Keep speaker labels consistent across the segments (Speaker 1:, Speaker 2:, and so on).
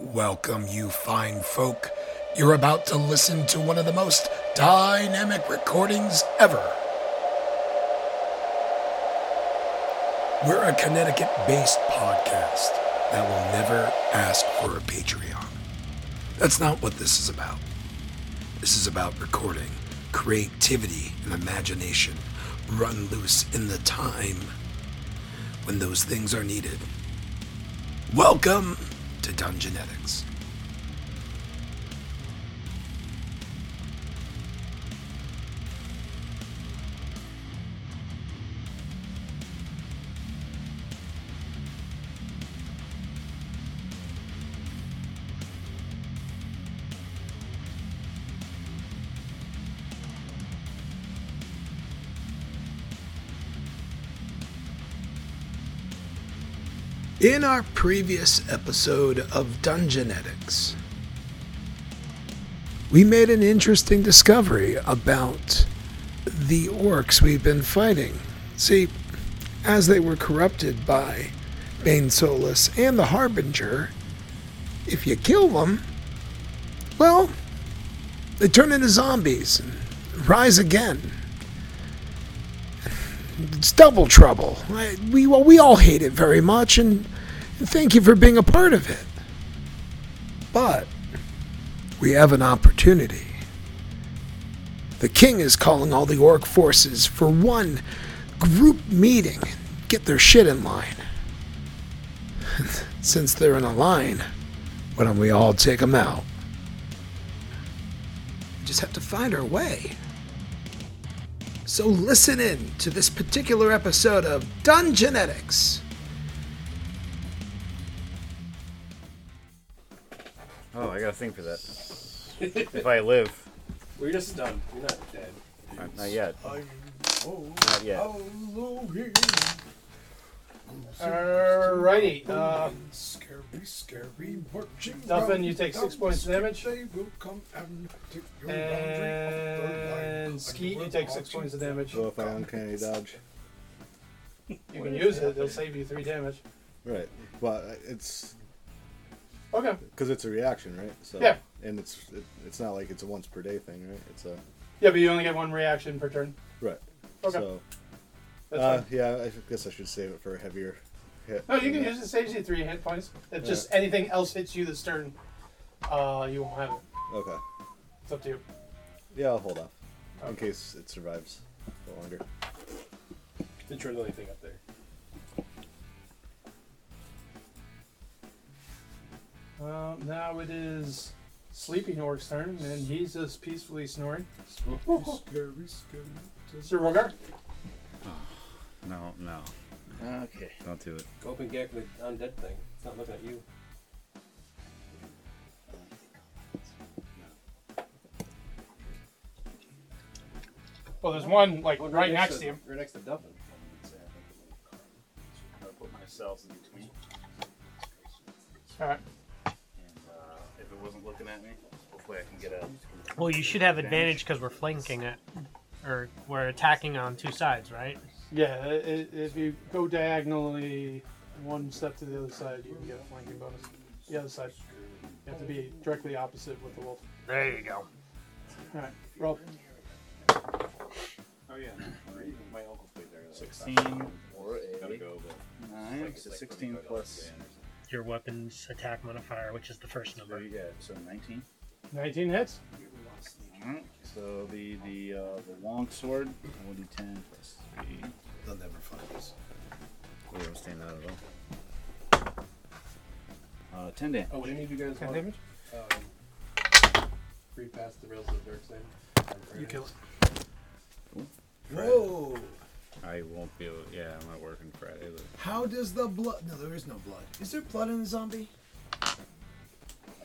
Speaker 1: Welcome, you fine folk. You're about to listen to one of the most dynamic recordings ever. We're a Connecticut based podcast that will never ask for a Patreon. That's not what this is about. This is about recording, creativity, and imagination run loose in the time when those things are needed. Welcome to Dungeonetics. In our previous episode of Dungeonetics, we made an interesting discovery about the orcs we've been fighting. See, as they were corrupted by Bane Solus and the Harbinger, if you kill them, well, they turn into zombies and rise again it's double trouble. I, we well, we all hate it very much, and, and thank you for being a part of it. But we have an opportunity. The king is calling all the orc forces for one group meeting. Get their shit in line. Since they're in a line, why don't we all take them out? Just have to find our way. So listen in to this particular episode of Dungeonetics.
Speaker 2: Oh, I got a thing for that. if I live,
Speaker 3: We're just done. You're not dead.
Speaker 2: Uh, not yet. Not yet.
Speaker 4: oh,
Speaker 3: Alrighty. Uh,
Speaker 1: Scary, scary,
Speaker 3: Duffin, you take six points of damage.
Speaker 1: And
Speaker 3: And Skeet, you take six points of damage.
Speaker 4: So if I uncanny dodge,
Speaker 3: You can use it, it'll save you three damage.
Speaker 4: right? Well, it's
Speaker 3: Okay.
Speaker 4: because it's a reaction, right? So
Speaker 3: Yeah.
Speaker 4: and it's it, it's not like it's a once per day thing, right? It's a
Speaker 3: Yeah, but you only get one reaction per turn.
Speaker 4: right.
Speaker 3: Okay.
Speaker 4: So
Speaker 3: That's
Speaker 4: uh,
Speaker 3: fine.
Speaker 4: yeah, I guess I should save it for a heavier hit.
Speaker 3: No, you can use it, saves you three hit points. If just anything else hits you this turn, uh, you won't have it.
Speaker 4: Okay.
Speaker 3: It's up to you.
Speaker 4: Yeah, I'll hold off in
Speaker 3: Okay.
Speaker 4: case it survives no longer.
Speaker 5: Didn't turn the anything up there.
Speaker 3: Um, now it is Sleeping Orc's turn, and he's just peacefully snoring. Sir Rogar?
Speaker 2: No, no. Okay. Don't do it.
Speaker 5: Go up and get the undead thing. It's not looking at you.
Speaker 3: Well, there's one,
Speaker 6: Oh,
Speaker 3: like, right next to him.
Speaker 5: Right next to Duffin.
Speaker 7: I'm gonna put myself in between.
Speaker 3: Alright.
Speaker 7: And uh, if it wasn't looking at me, hopefully I can get a.
Speaker 8: Well, you should have advantage because we're flanking it, or we're attacking on two sides, right?
Speaker 3: Yeah, i- i- if you go diagonally one step to the other side, you can get a flanking bonus. The other side, you have to be directly opposite with the wolf.
Speaker 8: There you go.
Speaker 3: All right, roll.
Speaker 7: Oh yeah. My uncle played there. Sixteen.
Speaker 8: Sixteen,
Speaker 7: Or a. Gotta go,
Speaker 5: It's
Speaker 7: nine.
Speaker 5: like-
Speaker 7: So
Speaker 5: it's like
Speaker 7: sixteen
Speaker 5: when we go to
Speaker 7: plus.
Speaker 5: the band
Speaker 8: Your weapons attack modifier, which is the first
Speaker 7: So
Speaker 8: number.
Speaker 7: you got so nineteen.
Speaker 3: 19 hits.
Speaker 7: Alright, So the the uh, the long sword. I will do ten plus three.
Speaker 1: They'll never find us.
Speaker 2: We don't stand out at all.
Speaker 7: Uh, ten damage.
Speaker 5: or- Oh, would any of you guys
Speaker 3: 10
Speaker 5: want
Speaker 3: damage.
Speaker 5: um, free pass the rails of Dirk's name?
Speaker 3: You kill it.
Speaker 1: Whoa!
Speaker 2: I won't be able. Yeah, I'm not working Friday. But
Speaker 1: How does the blood? No, there is no blood. Is there blood in the zombie?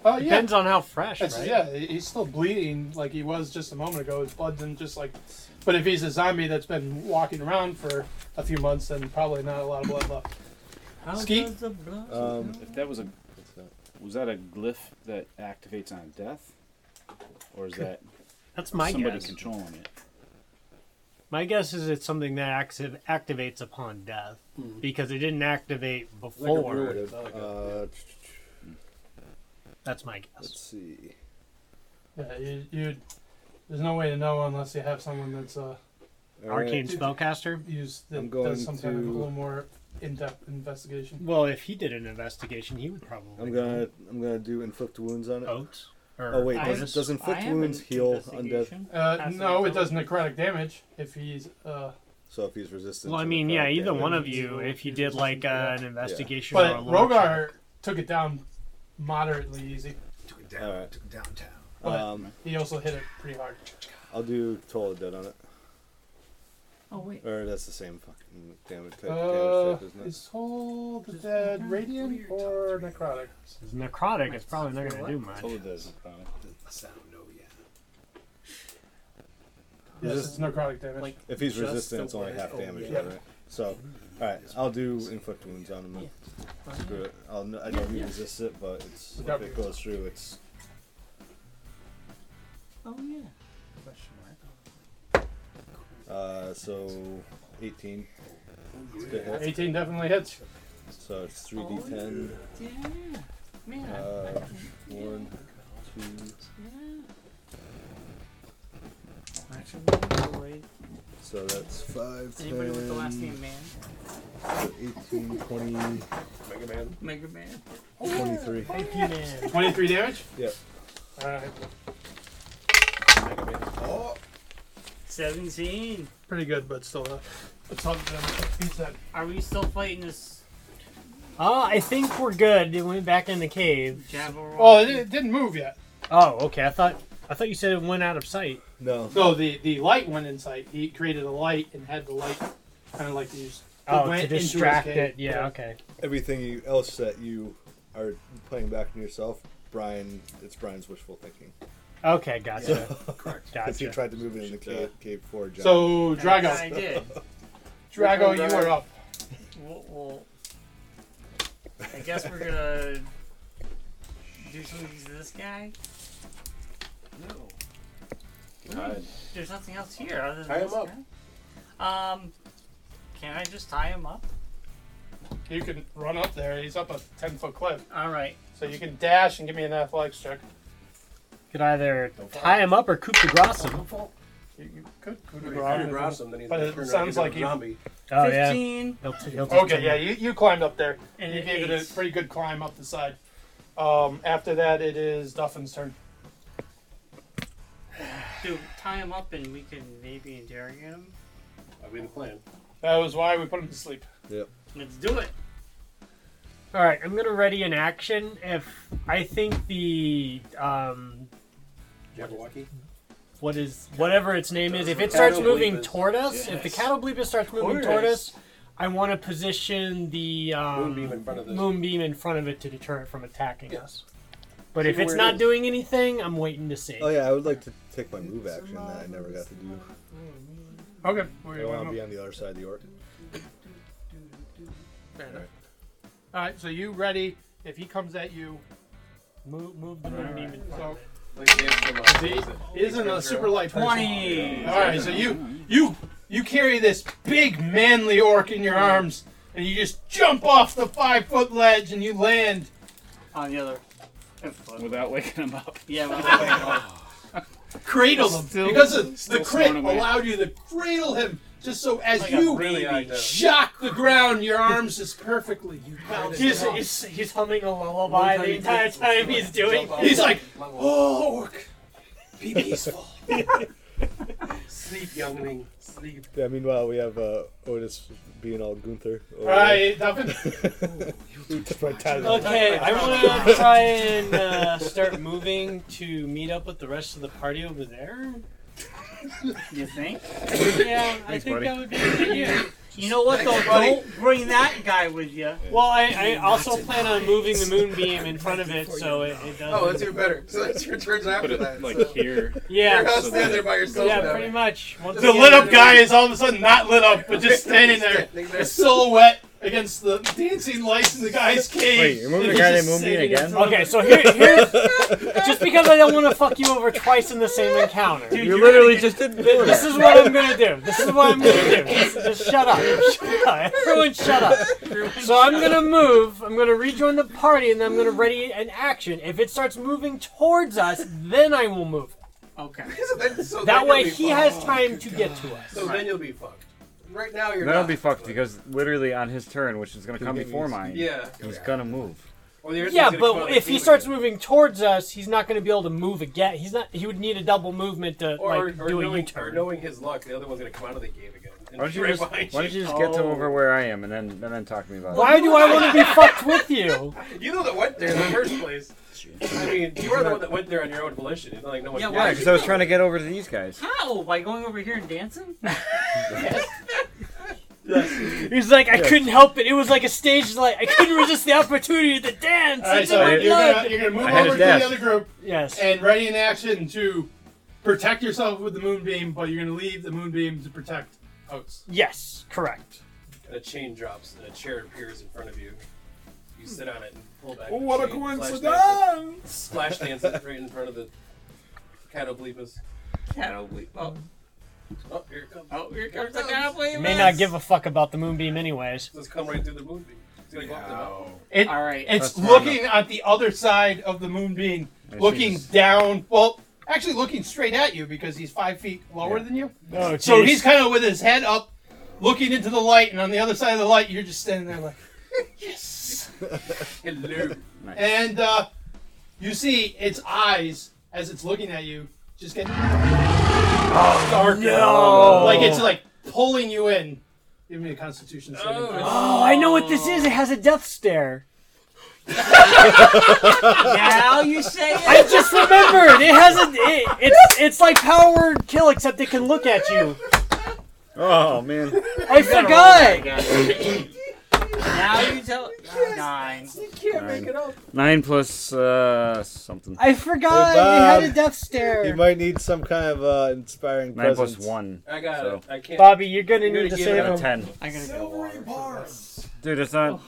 Speaker 3: Oh, yeah.
Speaker 8: Depends on how fresh,
Speaker 3: It's-
Speaker 8: right?
Speaker 3: Yeah, he- he's still bleeding like he was just a moment ago. His blood didn't just like. But if he's a zombie that's been walking around for a few months, then probably not a lot of blood left. Skeet?
Speaker 4: Um,
Speaker 7: If that was a
Speaker 4: what's that?
Speaker 7: was that a glyph that activates on death, or is that
Speaker 8: That's my
Speaker 7: somebody
Speaker 8: guess.
Speaker 7: controlling it?
Speaker 8: My guess is it's something that activ- activates upon death
Speaker 4: Hmm.
Speaker 8: because it didn't activate
Speaker 5: Like a
Speaker 8: before.
Speaker 5: ruin. It's not like a-
Speaker 4: Uh,
Speaker 8: That's my
Speaker 4: Let's
Speaker 8: guess.
Speaker 4: see.
Speaker 3: Yeah, you, you. There's no way to know unless you have someone that's uh
Speaker 4: All right.
Speaker 8: Arcane spellcaster.
Speaker 3: used that
Speaker 4: I'm going
Speaker 3: does some kind of a
Speaker 4: to-
Speaker 3: little more in-depth investigation.
Speaker 8: Well, if he did an investigation, he would probably.
Speaker 4: I'm gonna I'm gonna do inflict wounds on it.
Speaker 8: Oats. Or
Speaker 4: Oh, wait,
Speaker 8: Otis.
Speaker 4: does, does inflict
Speaker 7: I have an
Speaker 4: wounds heal undead?
Speaker 7: investigation.
Speaker 3: Uh,
Speaker 7: Passive
Speaker 3: no, it does
Speaker 7: ability.
Speaker 3: necrotic damage if he's uh.
Speaker 4: So if he's resistant.
Speaker 8: Well, I
Speaker 4: to
Speaker 8: mean, yeah,
Speaker 4: necrotic
Speaker 8: either
Speaker 4: damage-
Speaker 8: one of you, if you did like uh, an investigation or a
Speaker 3: But
Speaker 8: lore
Speaker 3: Rogar took it down moderately easy.
Speaker 1: Took it down.
Speaker 4: All right.
Speaker 1: Took it downtown.
Speaker 3: But
Speaker 4: Um,
Speaker 3: he also hit it pretty hard.
Speaker 4: I'll do toll of dead on it.
Speaker 7: Oh wait.
Speaker 4: Or that's the same fucking damage type,
Speaker 3: Uh,
Speaker 4: damage type isn't it?
Speaker 3: is Toll the Dead radiant or necrotic?
Speaker 8: check. It's necrotic. It's probably not going to do much.
Speaker 7: Told it does probably.
Speaker 1: The sound, no, yeah.
Speaker 3: Yes, it's necrotic damage.
Speaker 5: Like-
Speaker 4: If he's
Speaker 5: Just
Speaker 4: resistant,
Speaker 5: the
Speaker 4: it's only
Speaker 5: word.
Speaker 4: half
Speaker 5: Oh,
Speaker 4: damage,
Speaker 5: yeah.
Speaker 4: right? So, all right, I'll do inflict wounds on him. Screw it. I'll, n- I don't resist it, but it's if
Speaker 3: Without
Speaker 4: it goes through, it's
Speaker 5: Oh yeah. Question mark.
Speaker 4: uh, so 18. It's a good hit.
Speaker 3: 18 definitely hits.
Speaker 4: So it's 3d10.
Speaker 5: Oh, Yeah. Man.
Speaker 4: Uh, one, two.
Speaker 5: Actually, no way.
Speaker 4: So that's five.
Speaker 5: Anybody with the last
Speaker 4: 10,
Speaker 5: name Man?
Speaker 4: 18, 20,
Speaker 1: Mega Man.
Speaker 5: Mega Man. Oh,
Speaker 4: 23.
Speaker 3: 23 damage?
Speaker 4: Yep.
Speaker 3: Alright.
Speaker 1: Oh,
Speaker 5: Seventeen.
Speaker 3: Pretty good, but still, uh, it's on them. He's dead.
Speaker 5: Are we still fighting this
Speaker 8: Oh, I think we're good. It went back in the cave.
Speaker 5: Jabberwock?
Speaker 1: Oh,
Speaker 3: Well, it, it didn't move yet.
Speaker 8: Oh, okay. I thought I thought you said it went out of sight.
Speaker 4: No.
Speaker 3: No, the, the light went in sight. He created a light and had the light kind of like these.
Speaker 8: Oh,
Speaker 3: went
Speaker 8: to
Speaker 3: into his
Speaker 8: distract
Speaker 3: cave.
Speaker 8: it. Yeah. Okay.
Speaker 4: Everything you, else that you are playing back on yourself, Brian, it's Brian's wishful thinking.
Speaker 8: Okay. Gotcha.
Speaker 1: correct.
Speaker 4: If you
Speaker 8: Gotcha.
Speaker 4: tried to move it in the cave, cave before, John.
Speaker 3: So,
Speaker 5: I
Speaker 3: Drago.
Speaker 5: did.
Speaker 3: Drago, you are up.
Speaker 5: Well, well, I guess we're gonna do some of these to this guy.
Speaker 1: No.
Speaker 7: God.
Speaker 5: Hmm. There's nothing else here other than
Speaker 1: Tie him
Speaker 5: this
Speaker 1: up.
Speaker 5: guy. Um, can I just tie him up?
Speaker 3: You can run up there. He's up a 10 foot cliff.
Speaker 5: All right.
Speaker 3: So you can dash and give me an athletics check.
Speaker 8: Could either tie him up or coup de grace him.
Speaker 3: You, you could coup de
Speaker 1: If
Speaker 3: grace.
Speaker 1: you grab him, then he's
Speaker 3: But
Speaker 1: gonna
Speaker 3: it
Speaker 1: turn around and
Speaker 3: sounds like
Speaker 1: be a
Speaker 3: you-
Speaker 1: zombie.
Speaker 8: Oh yeah.
Speaker 5: Fifteen.
Speaker 8: He'll t- he'll t-
Speaker 3: Okay, yeah, you, you climbed up there.
Speaker 5: And
Speaker 3: you
Speaker 5: an
Speaker 3: gave it
Speaker 5: eight.
Speaker 3: a pretty good climb up the side. Um, after that, it is Duffin's turn.
Speaker 5: Dude, tie him up and we can maybe interrogate him.
Speaker 1: That'd be the plan.
Speaker 3: That was why we put him to sleep.
Speaker 5: Let's do it.
Speaker 8: All right, I'm gonna ready an action if I think the um
Speaker 1: Jabberwocky.
Speaker 8: what is whatever its name is if it starts moving
Speaker 1: Catobleepus.
Speaker 8: toward us if the
Speaker 1: Yes.
Speaker 8: catableepus starts moving toward us, I want to position the um,
Speaker 1: Moonbeam in front of this.
Speaker 8: moonbeam in front of it to deter it from attacking us. But
Speaker 1: See
Speaker 8: if it's
Speaker 1: where it
Speaker 8: not
Speaker 1: is.
Speaker 8: doing anything, I'm waiting to see.
Speaker 4: Oh yeah, I would like to take my move action that I never got to do.
Speaker 3: Okay.
Speaker 4: I want to be on the other side of the orc.
Speaker 3: All right, so you ready. If he comes at you,
Speaker 8: Move, move the moonbeam in front.
Speaker 3: so
Speaker 5: Like,
Speaker 3: he isn't a super light person.
Speaker 5: Twenty.
Speaker 3: All right, so you you you carry this big manly orc in your arms, and you just jump off the five foot ledge, and you land
Speaker 5: On the other. fifth foot.
Speaker 7: Without waking him up.
Speaker 5: Yeah. well,
Speaker 3: cradle him
Speaker 7: Still-
Speaker 3: because of
Speaker 7: still
Speaker 3: the crit
Speaker 7: thrown away.
Speaker 3: allowed you to cradle him just so as
Speaker 5: Like a
Speaker 3: you
Speaker 5: really
Speaker 3: really
Speaker 5: idea.
Speaker 3: shock the ground, your arms just perfectly. You bounce
Speaker 8: He's,
Speaker 3: him off.
Speaker 8: he's, he's humming a lullaby the entire time he's doing.
Speaker 3: He's like, oh, orc, be peaceful.
Speaker 1: Sleep, youngling. Sleep.
Speaker 4: Yeah. Meanwhile, we have uh, Otis being all Gunther. over
Speaker 3: right, Duffin.
Speaker 4: there. Just my ties on.
Speaker 8: Okay, I want to try and uh, start moving to meet up with the rest of the party over there.
Speaker 5: you think?
Speaker 8: Yeah, I think that would be a good idea.
Speaker 5: You know what though? Don't bring that guy with you.
Speaker 8: Well, I, I also plan on moving the moonbeam in front of it, so it, it doesn't.
Speaker 6: Oh, that's even better. So that's your turns after
Speaker 7: Put
Speaker 6: that.
Speaker 7: it like
Speaker 6: so.
Speaker 7: here.
Speaker 6: You're
Speaker 8: yeah,
Speaker 6: not standing there by yourself.
Speaker 8: yeah,
Speaker 6: now.
Speaker 8: pretty much. Once
Speaker 3: The
Speaker 8: again,
Speaker 3: lit up guy is all of a sudden not lit up, but just standing there,
Speaker 6: Standing
Speaker 3: a
Speaker 6: there.
Speaker 3: silhouette, against the dancing lights in the guy's cave.
Speaker 2: Wait, you're moving
Speaker 5: They're
Speaker 2: the guy
Speaker 5: just
Speaker 2: named Moonbeam
Speaker 5: sitting in
Speaker 2: again?
Speaker 5: front of
Speaker 8: Okay,
Speaker 5: us.
Speaker 8: so here, here's just because I don't want to fuck you over twice in the same encounter.
Speaker 5: Dude,
Speaker 2: You
Speaker 5: you're
Speaker 2: literally
Speaker 5: gonna
Speaker 2: just didn't
Speaker 8: Th-
Speaker 2: do
Speaker 8: This
Speaker 2: it.
Speaker 8: is what I'm gonna do. This is what I'm gonna do. Just, just shut up. Shut up. Everyone, shut up.
Speaker 5: get everyone-
Speaker 8: So I'm gonna move. I'm gonna rejoin the party, and then I'm gonna ready an action. If it starts moving towards us, then I will move.
Speaker 5: Okay.
Speaker 6: So then- so
Speaker 8: That
Speaker 6: then
Speaker 8: way,
Speaker 6: you'll be
Speaker 8: he
Speaker 6: fucked.
Speaker 8: has time to get to us.
Speaker 6: So then you'll be fucked. Right now you're
Speaker 2: That'll
Speaker 6: not.
Speaker 2: be fucked because literally on his turn, which is gonna come before mine,
Speaker 6: Yeah.
Speaker 2: he's gonna move.
Speaker 6: Well, the other
Speaker 8: Yeah,
Speaker 6: thing's gonna come out
Speaker 8: but
Speaker 6: of
Speaker 8: if
Speaker 6: the
Speaker 8: he
Speaker 6: team
Speaker 8: starts
Speaker 6: again.
Speaker 8: moving towards us, he's not gonna be able to move again. He's not. He would need a double movement to
Speaker 6: or,
Speaker 8: like
Speaker 6: or,
Speaker 8: do a
Speaker 6: knowing, or
Speaker 8: U-turn.
Speaker 6: knowing his luck, the other one's gonna come out of the game again. And
Speaker 2: Why don't you
Speaker 6: right
Speaker 2: just, why
Speaker 6: behind
Speaker 2: don't you just get to
Speaker 5: Oh.
Speaker 2: over where I am and then and then talk to me about it?
Speaker 8: Why do I want to be fucked with you?
Speaker 6: You know that went there in the first place. I mean, you are the one that went there on your own volition. It's not like no one.
Speaker 5: Yeah,
Speaker 6: forced
Speaker 2: Yeah,
Speaker 5: why?
Speaker 6: you.
Speaker 2: because I was trying to get over to these guys.
Speaker 5: How? By going over here and dancing?
Speaker 8: He's like, I couldn't help it. It was like a stage light. I couldn't resist the opportunity to dance.
Speaker 3: All right,
Speaker 8: It's
Speaker 3: so
Speaker 8: in my
Speaker 3: you're
Speaker 8: blood.
Speaker 3: gonna, you're gonna move
Speaker 2: I had
Speaker 3: over to
Speaker 2: a
Speaker 3: the
Speaker 2: dash.
Speaker 3: other group
Speaker 8: Yes.
Speaker 3: and ready in action to protect yourself with the moonbeam, but you're gonna leave the moonbeam to protect Oates.
Speaker 8: Yes. Correct.
Speaker 6: And a chain drops and a chair appears in front of you. You sit on it and pull back.
Speaker 2: Oh,
Speaker 6: the
Speaker 2: what a
Speaker 6: chain,
Speaker 2: coincidence!
Speaker 6: Splash dances, splash dances right in front of the catoblepus.
Speaker 5: Cataway. Oh,
Speaker 6: Oh, here it comes.
Speaker 5: oh, here comes the cataway.
Speaker 8: You may not give a fuck about the moonbeam, anyways.
Speaker 6: Let's come right through the movie. It's gonna go up the mountain.
Speaker 3: It,
Speaker 5: All right.
Speaker 3: It's
Speaker 2: That's
Speaker 3: looking at the other side of the moonbeam,
Speaker 2: And
Speaker 3: looking
Speaker 2: she's-
Speaker 3: down. Well, actually looking straight at you because he's five feet lower
Speaker 2: Yeah.
Speaker 3: than you.
Speaker 8: Oh,
Speaker 3: So he's kind of with his head up, looking into the light, and on the other side of the light, you're just standing there like, yes.
Speaker 6: Hello.
Speaker 2: Nice.
Speaker 3: And uh, you see its eyes as it's looking at you, just getting darker.
Speaker 8: no.
Speaker 3: Like it's like pulling you in. Give me a Constitution saving.
Speaker 5: Oh,
Speaker 3: throw.
Speaker 5: it's-
Speaker 8: Oh, I know what this is. It has a death stare.
Speaker 5: Now you say it.
Speaker 8: I just remembered. It has a. It, it's it's like Power Word Kill, except it can look at you.
Speaker 2: Oh man.
Speaker 8: I forgot.
Speaker 5: now you tell. Oh, nine.
Speaker 2: Nine, Nine plus uh something.
Speaker 8: I forgot.
Speaker 4: Hey,
Speaker 8: It had a
Speaker 4: Bob.
Speaker 8: death
Speaker 4: You
Speaker 8: stare.
Speaker 4: might need some kind of uh, inspiring
Speaker 2: Nine
Speaker 4: presence.
Speaker 2: plus one.
Speaker 6: I got
Speaker 2: So-
Speaker 6: it. I can't.
Speaker 8: Bobby, you're gonna
Speaker 6: gonna
Speaker 8: need to
Speaker 6: give
Speaker 8: save
Speaker 6: it
Speaker 2: Out
Speaker 8: him.
Speaker 2: of ten.
Speaker 5: I gotta go. water.
Speaker 6: bars.
Speaker 2: Dude, it's not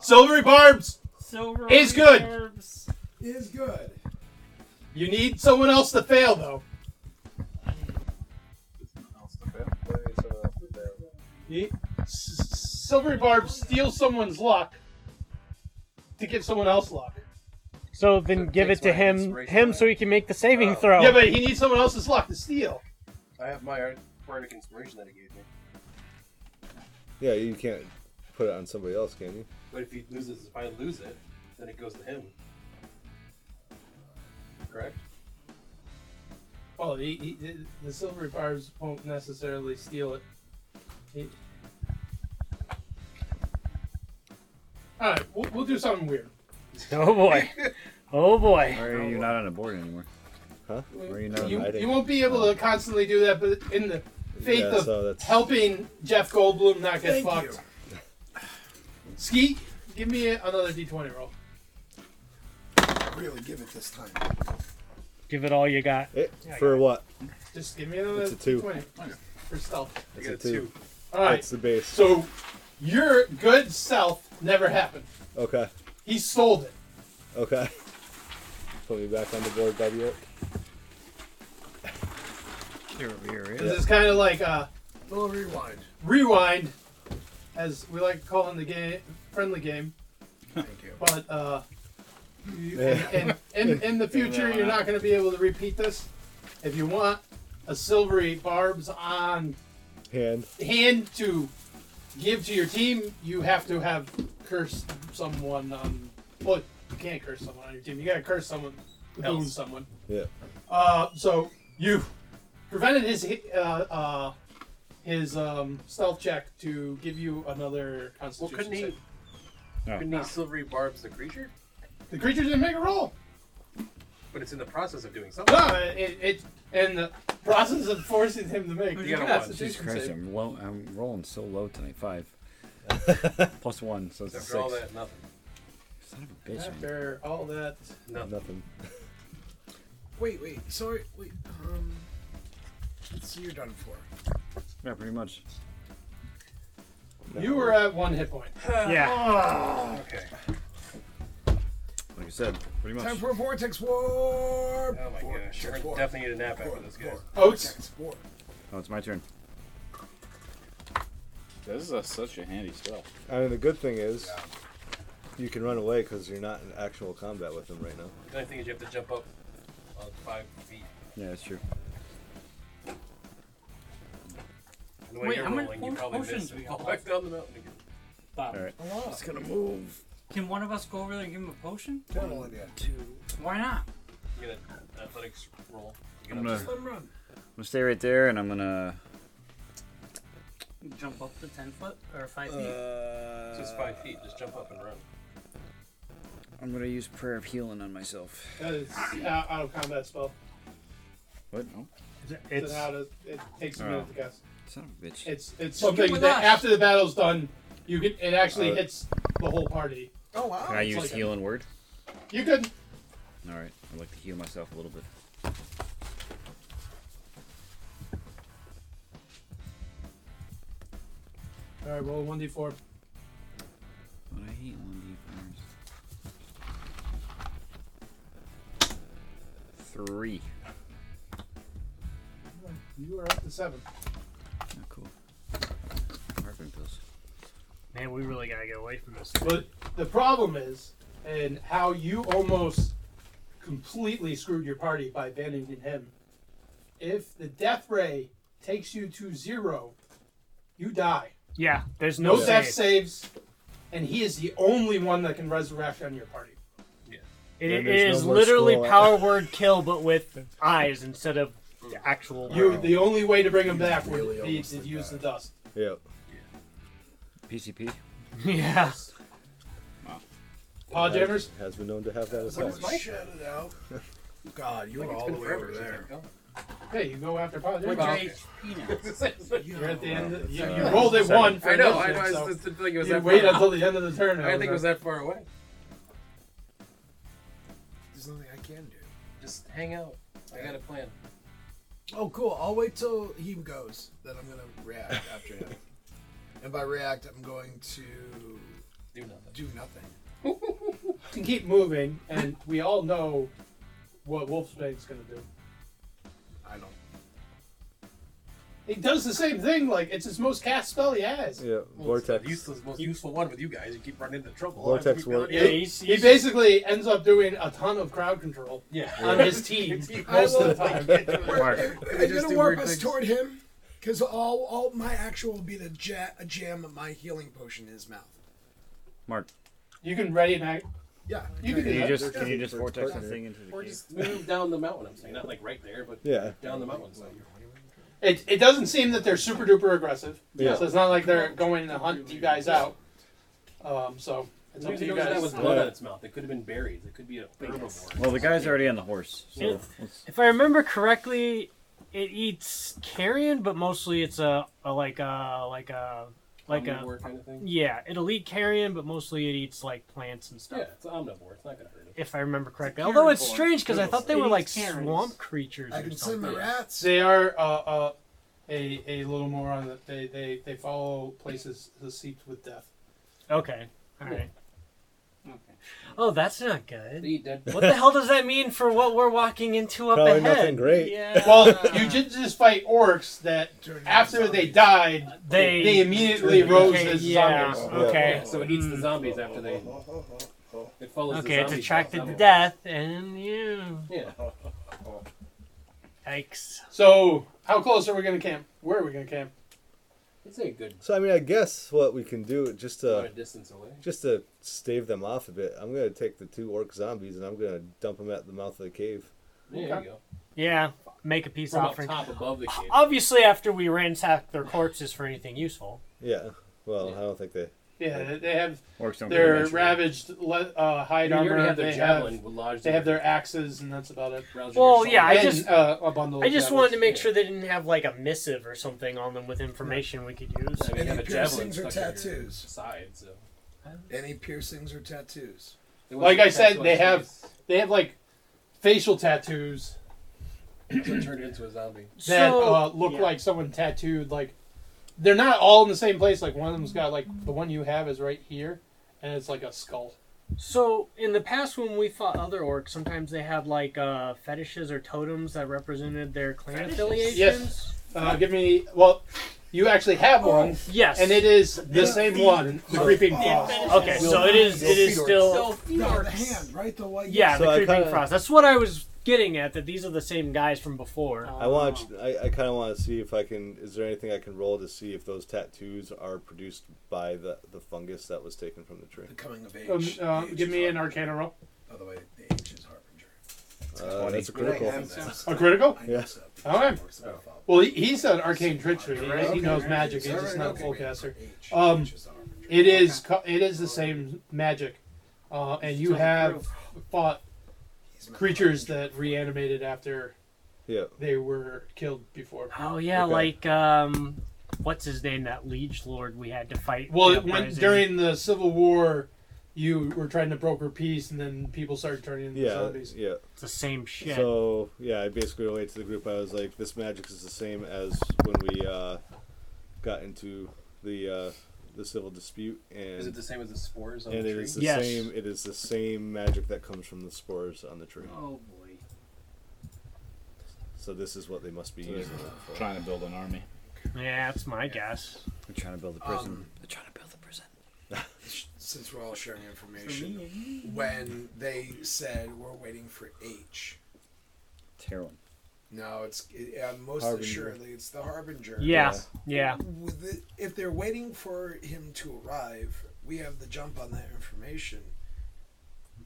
Speaker 3: Silvery barbs.
Speaker 5: Silver.
Speaker 3: It's good.
Speaker 5: orbs.
Speaker 6: Is good.
Speaker 3: You need someone else to fail though. He- S- S- Silvery Barb steals someone's luck to give someone else luck.
Speaker 8: So then give it
Speaker 6: takes
Speaker 8: to
Speaker 6: my
Speaker 8: him,
Speaker 6: inspiration
Speaker 8: him,
Speaker 6: away.
Speaker 8: so he can make the saving throw.
Speaker 3: Yeah, but he needs someone else's luck to steal.
Speaker 6: I have my bardic inspiration that I gave me.
Speaker 4: Yeah, you can't put it on somebody else, can you?
Speaker 6: But if he loses, if I lose it, then it goes to him. Correct.
Speaker 3: Well, he, he, the Silvery Barbs won't necessarily steal it. He... All right, we'll, we'll do something weird.
Speaker 8: Oh boy. Oh boy.
Speaker 2: Why are you not on the board anymore? Where are you not
Speaker 3: You,
Speaker 4: hiding?
Speaker 3: you won't be able to constantly do that, but in the faith
Speaker 4: Yeah,
Speaker 3: of
Speaker 4: so that's-
Speaker 3: helping Jeff Goldblum not get fucked. Skeet, give me a- another D20 roll.
Speaker 6: Really, give it this time.
Speaker 8: Give it all you got.
Speaker 4: Eh, for what?
Speaker 3: Just give me another
Speaker 4: It's a two.
Speaker 3: D20 for stealth.
Speaker 6: I
Speaker 4: That's
Speaker 6: got
Speaker 4: a
Speaker 6: a
Speaker 4: two.
Speaker 6: two.
Speaker 3: All right.
Speaker 4: That's the base.
Speaker 3: So your good self never happened.
Speaker 4: okay.
Speaker 3: He sold it.
Speaker 4: Okay. Put me back on the board, Bobby. Oak.
Speaker 3: This is kind of like uh, a
Speaker 6: We'll rewind.
Speaker 3: rewind, as we like to call in the game, friendly game. Thank you. But uh, you, in, in, in, in the future, you're not going to be able to repeat this. If you want a silvery barbs on
Speaker 4: Hand.
Speaker 3: hand to give to your team, you have to have cursed someone on. Well, you can't curse someone on your team. You gotta curse someone, boon
Speaker 6: Else.
Speaker 3: someone.
Speaker 4: Yeah.
Speaker 3: Uh, so you prevented his uh, uh, his um, stealth check to give you another
Speaker 6: Well,
Speaker 3: Constitution.
Speaker 6: couldn't he?
Speaker 3: save.
Speaker 2: No.
Speaker 6: Couldn't he silvery barbs the creature?
Speaker 3: The creature didn't make a roll.
Speaker 6: But it's in the process of doing something.
Speaker 3: No, it, it and the process of forcing him to make
Speaker 6: You
Speaker 3: the
Speaker 6: gotta watch.
Speaker 2: Jesus
Speaker 3: Constitution
Speaker 2: Christ,
Speaker 3: save.
Speaker 2: I'm low I'm rolling so low tonight. Five. plus one, so it's a
Speaker 6: After
Speaker 2: six.
Speaker 6: all that, nothing.
Speaker 2: Son of a bitch. man.
Speaker 3: After all that,
Speaker 6: Nothing.
Speaker 4: Nothing.
Speaker 9: Wait, wait, sorry, wait. Um, let's see, you're done for.
Speaker 2: Yeah, pretty much.
Speaker 3: You were at one hit point.
Speaker 8: Yeah.
Speaker 7: Okay.
Speaker 4: Like I said, pretty much.
Speaker 9: Time for a vortex warp.
Speaker 6: Oh my gosh, we're definitely gonna nap after this, guys.
Speaker 3: Oats.
Speaker 9: Warp.
Speaker 2: Oh, it's my turn.
Speaker 7: This is a, such a handy spell.
Speaker 4: I mean, the good thing is, you can run away because you're not in actual combat with him right now.
Speaker 6: The only thing is you have to jump up uh, five feet.
Speaker 2: Yeah, that's true.
Speaker 6: And the way
Speaker 5: Wait,
Speaker 6: you're
Speaker 5: how many
Speaker 6: rolling, you
Speaker 5: po-
Speaker 6: probably
Speaker 5: potions
Speaker 6: missed
Speaker 5: do we
Speaker 6: it.
Speaker 5: all
Speaker 6: Fall back down the mountain again.
Speaker 5: Bob,
Speaker 2: All right.
Speaker 9: Hello.
Speaker 2: gonna move.
Speaker 5: can one of us go over there and give him a potion?
Speaker 9: Tunnel in there.
Speaker 5: Why not?
Speaker 6: You get an athletics roll. You
Speaker 2: I'm
Speaker 6: get
Speaker 2: gonna,
Speaker 6: up
Speaker 2: I'm
Speaker 9: Let him run.
Speaker 2: gonna stay right there, and I'm gonna.
Speaker 5: Jump up to ten foot or five feet.
Speaker 6: to- just five feet. Just jump up and run.
Speaker 2: I'm gonna use prayer of healing on myself.
Speaker 3: That is out, out of combat spell.
Speaker 7: What? No.
Speaker 3: It's, out of, it takes a minute to cast.
Speaker 2: Son of a bitch.
Speaker 3: It's it's
Speaker 5: Well, get
Speaker 3: something
Speaker 5: with
Speaker 3: that
Speaker 5: us.
Speaker 3: after the battle's done, you can it actually
Speaker 4: Uh,
Speaker 3: hits the whole party.
Speaker 9: Oh wow.
Speaker 2: Can I use
Speaker 3: like a-
Speaker 2: healing word?
Speaker 3: You could
Speaker 2: All right. I'd like to heal myself a little bit.
Speaker 3: all right roll one d four.
Speaker 2: But I hate one d Three.
Speaker 3: You are up to seven.
Speaker 2: Oh, cool. Harping pills.
Speaker 5: Man, we really gotta get away from this.
Speaker 3: But the problem is, and how you almost completely screwed your party by abandoning him. If the death ray takes you to zero, you die.
Speaker 8: Yeah. There's
Speaker 3: No
Speaker 8: no
Speaker 3: death
Speaker 8: save.
Speaker 3: saves, and he is the only one that can resurrect on your party.
Speaker 8: It,
Speaker 4: And
Speaker 8: it
Speaker 4: there's
Speaker 8: is
Speaker 4: no more
Speaker 8: literally
Speaker 4: scroll.
Speaker 8: power word kill, but with eyes instead of the actual.
Speaker 3: You, the only way to bring him back
Speaker 9: really
Speaker 3: would be
Speaker 9: almost
Speaker 3: to
Speaker 9: like
Speaker 3: use the
Speaker 9: that.
Speaker 3: dust.
Speaker 4: Yeah.
Speaker 2: PCP.
Speaker 8: Yeah.
Speaker 3: Paw jammers.
Speaker 4: Has been known to have that
Speaker 9: What
Speaker 4: effect.
Speaker 9: is Shut it out. God, you were all the way over there.
Speaker 3: Hey, you go after Paw
Speaker 5: What's
Speaker 3: jammers.
Speaker 5: your HP now?
Speaker 3: You're at the end. Of, you, you rolled at one. For
Speaker 6: I know. I know.
Speaker 3: initiative,
Speaker 6: I
Speaker 3: so
Speaker 6: just didn't think it was
Speaker 3: you
Speaker 6: that.
Speaker 3: wait
Speaker 6: far.
Speaker 3: until the end of the turn.
Speaker 6: I didn't think it was that far away.
Speaker 9: There's nothing I can do.
Speaker 6: Just hang out. I got a plan.
Speaker 9: Oh, cool. I'll wait till he goes. Then I'm gonna react after him. And by react, I'm going to
Speaker 6: Do nothing.
Speaker 9: do nothing.
Speaker 3: can keep moving, and we all know what Wolfsbane's gonna do.
Speaker 9: I don't.
Speaker 3: He does the same thing. Like it's his most cast spell he has.
Speaker 4: Yeah.
Speaker 6: Well, it's the
Speaker 4: Vortex.
Speaker 6: useless- most useful one with you guys. You keep running into trouble.
Speaker 4: Vortex
Speaker 6: Every
Speaker 4: work.
Speaker 6: ability-
Speaker 8: Yeah, he's,
Speaker 3: He basically ends up doing a ton of crowd control
Speaker 6: Yeah.
Speaker 3: on his team
Speaker 9: I
Speaker 3: most of the
Speaker 9: love-
Speaker 3: time.
Speaker 9: Are you
Speaker 6: just
Speaker 9: gonna
Speaker 6: do
Speaker 9: warp
Speaker 6: weird
Speaker 9: us
Speaker 6: things.
Speaker 9: toward him? Because all, all my actual will be to ja- jam my healing potion in his mouth.
Speaker 2: Mark,
Speaker 3: You can ready an act.
Speaker 9: Yeah.
Speaker 3: You can do
Speaker 2: can you
Speaker 3: that.
Speaker 2: just can you just
Speaker 4: Yeah.
Speaker 2: vortex the
Speaker 4: Partner.
Speaker 2: thing into the
Speaker 6: Or
Speaker 2: cave?
Speaker 6: just move down the mountain. I'm saying not like right there, but
Speaker 4: Yeah.
Speaker 6: down the mountain. So
Speaker 3: It, it doesn't seem that they're super duper aggressive.
Speaker 4: Yeah.
Speaker 3: So it's not like they're going to hunt you guys out. Um, so it's up to you
Speaker 6: that was
Speaker 3: guys.
Speaker 6: blood
Speaker 4: Yeah.
Speaker 6: on its mouth. It could have been berries. It could be a herbivore.
Speaker 2: Well, the guy's already on the horse, so let's-
Speaker 8: If I remember correctly, it eats carrion, but mostly it's a, a like a like a like a
Speaker 6: omnivore kind of thing.
Speaker 8: yeah. It'll eat carrion, but mostly it eats like plants and stuff.
Speaker 6: Yeah, it's an omnivore. It's not gonna hurt it.
Speaker 8: If I remember correctly, although it's
Speaker 5: carnivore.
Speaker 8: strange because I thought they
Speaker 5: It
Speaker 8: were like
Speaker 5: eats carrots.
Speaker 8: swamp creatures
Speaker 9: I
Speaker 8: or
Speaker 9: can send my
Speaker 8: something.
Speaker 9: rats.
Speaker 3: They are uh, uh, a a little more on the they they they follow places seeped with death.
Speaker 8: Okay, all right.
Speaker 5: Okay.
Speaker 8: Oh, that's not good.
Speaker 6: They eat dead.
Speaker 8: What the hell does that mean for what we're walking into up
Speaker 4: Probably
Speaker 8: ahead?
Speaker 4: nothing great.
Speaker 5: Yeah.
Speaker 3: Well, you did just fight orcs that
Speaker 9: Turn into
Speaker 3: after they
Speaker 9: zombies.
Speaker 3: died,
Speaker 8: They,
Speaker 3: they immediately rose
Speaker 8: okay,
Speaker 3: as
Speaker 8: yeah.
Speaker 3: zombies.
Speaker 8: Okay.
Speaker 6: Yeah, so it eats the zombies after they. It follows the
Speaker 8: Okay, it's
Speaker 6: zombies
Speaker 8: attracted to
Speaker 6: after-
Speaker 8: death, and you.
Speaker 6: Yeah.
Speaker 8: Yikes.
Speaker 3: So how close are we gonna camp? Where are we gonna camp?
Speaker 6: It's a good
Speaker 4: So I mean, I guess what we can do just
Speaker 6: amount
Speaker 4: to
Speaker 6: of distance away.
Speaker 4: just to stave them off a bit, I'm gonna take the two orc zombies and I'm gonna dump them at the mouth of the cave.
Speaker 6: There you go.
Speaker 8: Yeah, make a peace
Speaker 6: From up
Speaker 8: offering.
Speaker 6: top above the cave.
Speaker 8: Obviously, after we ransack their corpses for anything useful.
Speaker 4: Yeah. Well, I don't think they.
Speaker 3: Yeah, they- they have
Speaker 2: orcs don't
Speaker 3: their
Speaker 2: get
Speaker 3: ravaged le- uh,
Speaker 6: I
Speaker 3: hide
Speaker 6: mean, you
Speaker 3: armor.
Speaker 6: already have their
Speaker 3: they
Speaker 6: javelin
Speaker 3: have
Speaker 6: lodged.
Speaker 3: they
Speaker 6: in
Speaker 3: have
Speaker 6: your-
Speaker 3: their axes, and that's about it.
Speaker 6: roused in your
Speaker 8: Well,
Speaker 6: shoulder.
Speaker 8: yeah, I
Speaker 3: And,
Speaker 8: just
Speaker 3: uh, a bundle.
Speaker 8: I
Speaker 3: of
Speaker 8: just
Speaker 3: javelins.
Speaker 8: wanted to make sure they didn't have like a missive or something on them with information we could use.
Speaker 6: I mean, you have a javelin
Speaker 9: Any piercings
Speaker 6: stuck
Speaker 9: or
Speaker 6: in your
Speaker 9: tattoos?
Speaker 6: Side, so.
Speaker 9: Any piercings or tattoos?
Speaker 6: It
Speaker 3: Like
Speaker 6: wasn't
Speaker 3: I said,
Speaker 6: tattooed
Speaker 3: they
Speaker 6: on his
Speaker 3: have-
Speaker 6: face,
Speaker 3: They have like facial tattoos
Speaker 6: so it turned into a zombie.
Speaker 3: that
Speaker 8: So-
Speaker 3: uh, look
Speaker 8: yeah.
Speaker 3: like someone tattooed like they're not all in the same place. Like one of them's got like the one you have is right here, and it's like a skull.
Speaker 8: So in the past, when we fought other orcs, sometimes they had like uh, fetishes or totems that represented their clan affiliations.
Speaker 3: Yes. Uh, give me well. You actually have one,
Speaker 8: Yes.
Speaker 3: and it is the same one. The creeping frost.
Speaker 8: okay, so it is. It is still.
Speaker 6: So, you
Speaker 9: No,
Speaker 6: are
Speaker 9: the hand, right? The white.
Speaker 8: Yeah,
Speaker 4: So
Speaker 8: the
Speaker 4: I
Speaker 8: creeping
Speaker 4: kinda-
Speaker 8: frost. That's what I was getting at. That these are the same guys from before.
Speaker 4: I watched. I, I kind of want to see if I can. Is there anything I can roll to see if those tattoos are produced by the the fungus that was taken from the tree?
Speaker 9: The coming of
Speaker 3: Um,
Speaker 9: age.
Speaker 3: uh,
Speaker 9: The age
Speaker 3: give
Speaker 9: is
Speaker 3: me an
Speaker 9: har-
Speaker 3: Arcana roll.
Speaker 9: By the way, the age is harbinger.
Speaker 4: Uh, that's a critical.
Speaker 3: A critical?
Speaker 9: I
Speaker 4: Yeah. Oh.
Speaker 9: guess so.
Speaker 3: Okay.
Speaker 9: Works about five.
Speaker 3: Well, he, he's an arcane trickster, right?
Speaker 9: Okay.
Speaker 3: He knows magic. He's
Speaker 9: Alright,
Speaker 3: just not a
Speaker 9: okay.
Speaker 3: full caster.
Speaker 9: Age.
Speaker 3: Um,
Speaker 9: Age is harbinger.
Speaker 3: It is. co- It is the same magic, uh, and you have fought
Speaker 9: He's not-
Speaker 3: creatures that reanimated after
Speaker 4: Yeah.
Speaker 3: they were killed before.
Speaker 8: Oh yeah,
Speaker 4: Okay.
Speaker 8: like um, what's his name? That liege lord we had to fight.
Speaker 3: Well,
Speaker 8: the
Speaker 3: it went
Speaker 8: uprising.
Speaker 3: during the Civil War. You were trying to broker peace, and then people started turning into
Speaker 4: Yeah.
Speaker 3: zombies.
Speaker 4: Yeah.
Speaker 8: It's the same shit.
Speaker 4: So yeah, I basically relate to the group. I was like, this magic is the same as when we uh, got into the uh, the civil dispute,
Speaker 6: Is it
Speaker 4: and
Speaker 6: the same as the spores on
Speaker 4: and
Speaker 6: the
Speaker 4: it
Speaker 6: tree?
Speaker 4: is the
Speaker 8: Yes.
Speaker 4: same. It is the same magic that comes from the spores on the tree.
Speaker 5: Oh boy.
Speaker 4: So this is what they must be using it for.
Speaker 7: Trying to build an army.
Speaker 8: yeah, that's my guess.
Speaker 2: They're trying to build a prison.
Speaker 9: Um,
Speaker 2: They're trying to build a prison.
Speaker 9: Since we're all sharing information, when they said we're waiting for H,
Speaker 2: Tear one.
Speaker 9: no, it's it, uh, most
Speaker 4: Harbinger.
Speaker 9: assuredly it's the harbinger.
Speaker 8: Yeah, yeah.
Speaker 9: With it- if they're waiting for him to arrive, we have the jump on that information.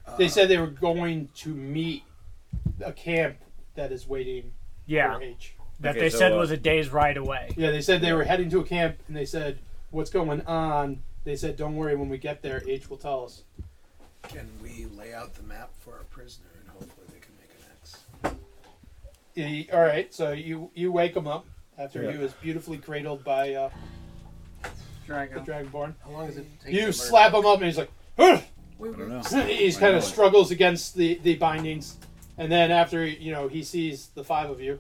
Speaker 9: Uh,
Speaker 3: They said they were going to meet a camp that is waiting
Speaker 8: Yeah,
Speaker 3: for H.
Speaker 8: that
Speaker 4: Okay,
Speaker 8: they
Speaker 4: so,
Speaker 8: said
Speaker 4: uh,
Speaker 8: was a day's ride away.
Speaker 3: Yeah, they said they were heading to a camp, and they said, "What's going on?" They said, "Don't worry, when we get there, H will tell us."
Speaker 9: can we lay out the map for our prisoner and hopefully they can make an X?
Speaker 3: He- all right, so you you wake him up after
Speaker 4: Yeah.
Speaker 3: he was beautifully cradled by uh, the
Speaker 5: Dragon.
Speaker 3: dragonborn.
Speaker 6: How long does it take? to
Speaker 3: You
Speaker 6: murder-
Speaker 3: slap him up, and he's like, "Ugh!"
Speaker 7: I don't know.
Speaker 3: he's
Speaker 7: I
Speaker 3: kind
Speaker 7: know it.
Speaker 3: of struggles against the the bindings, and then after you know he sees the five of you,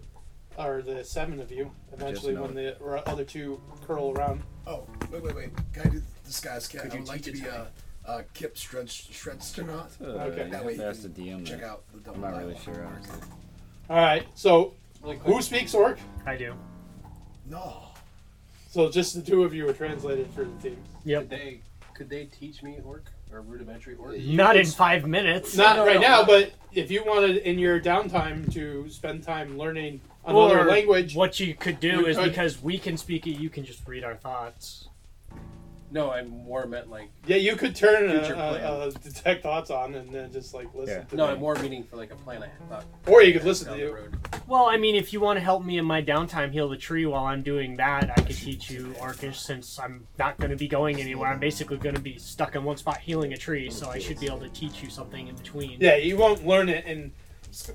Speaker 3: or the seven of you, eventually
Speaker 2: know
Speaker 3: when the r- other two curl around.
Speaker 9: Oh, wait, wait, wait. Can I do disguise cat?
Speaker 6: Could
Speaker 9: I
Speaker 6: you
Speaker 9: would like to
Speaker 6: teach
Speaker 9: be
Speaker 6: it to
Speaker 9: a, a Kip Shred, Shredsternaut.
Speaker 2: Uh,
Speaker 3: Okay.
Speaker 2: you
Speaker 9: That
Speaker 2: have
Speaker 9: way
Speaker 2: to
Speaker 9: you
Speaker 2: ask the
Speaker 9: can
Speaker 2: DM.
Speaker 9: Check
Speaker 2: that.
Speaker 9: out the double
Speaker 2: I'm not really
Speaker 9: dialogue
Speaker 2: sure.
Speaker 9: mark.
Speaker 2: honestly.
Speaker 3: All right, so
Speaker 6: Really quick.
Speaker 3: who speaks orc?
Speaker 8: I do.
Speaker 9: No.
Speaker 3: So just the two of you are translated for the team.
Speaker 6: Could they could they teach me orc or rudimentary orc?
Speaker 8: Not in five minutes.
Speaker 3: Not
Speaker 6: No, no,
Speaker 3: right
Speaker 6: no,
Speaker 3: now,
Speaker 6: no.
Speaker 3: but if you wanted in your downtime to spend time learning another
Speaker 8: Or
Speaker 3: language,
Speaker 8: What you could do
Speaker 3: You
Speaker 8: is
Speaker 3: could-
Speaker 8: because we can speak it, you can just read our thoughts.
Speaker 6: No, I'm more meant like
Speaker 3: yeah, you could turn a,
Speaker 6: Future plan.
Speaker 3: a, a detect thoughts on and then just like listen
Speaker 2: Yeah.
Speaker 3: to
Speaker 6: no,
Speaker 3: them.
Speaker 6: I'm more meaning for like a plan I had thought
Speaker 3: or you could listen
Speaker 6: down
Speaker 3: to
Speaker 6: the
Speaker 3: you.
Speaker 6: road.
Speaker 8: Well, I mean, if you want to help me in my downtime heal the tree while I'm doing that, I could teach you Orcish since I'm not going to be going anywhere. I'm basically going to be stuck in one spot healing a tree, so I should be able to teach you something in between.
Speaker 3: Yeah, you won't learn it, and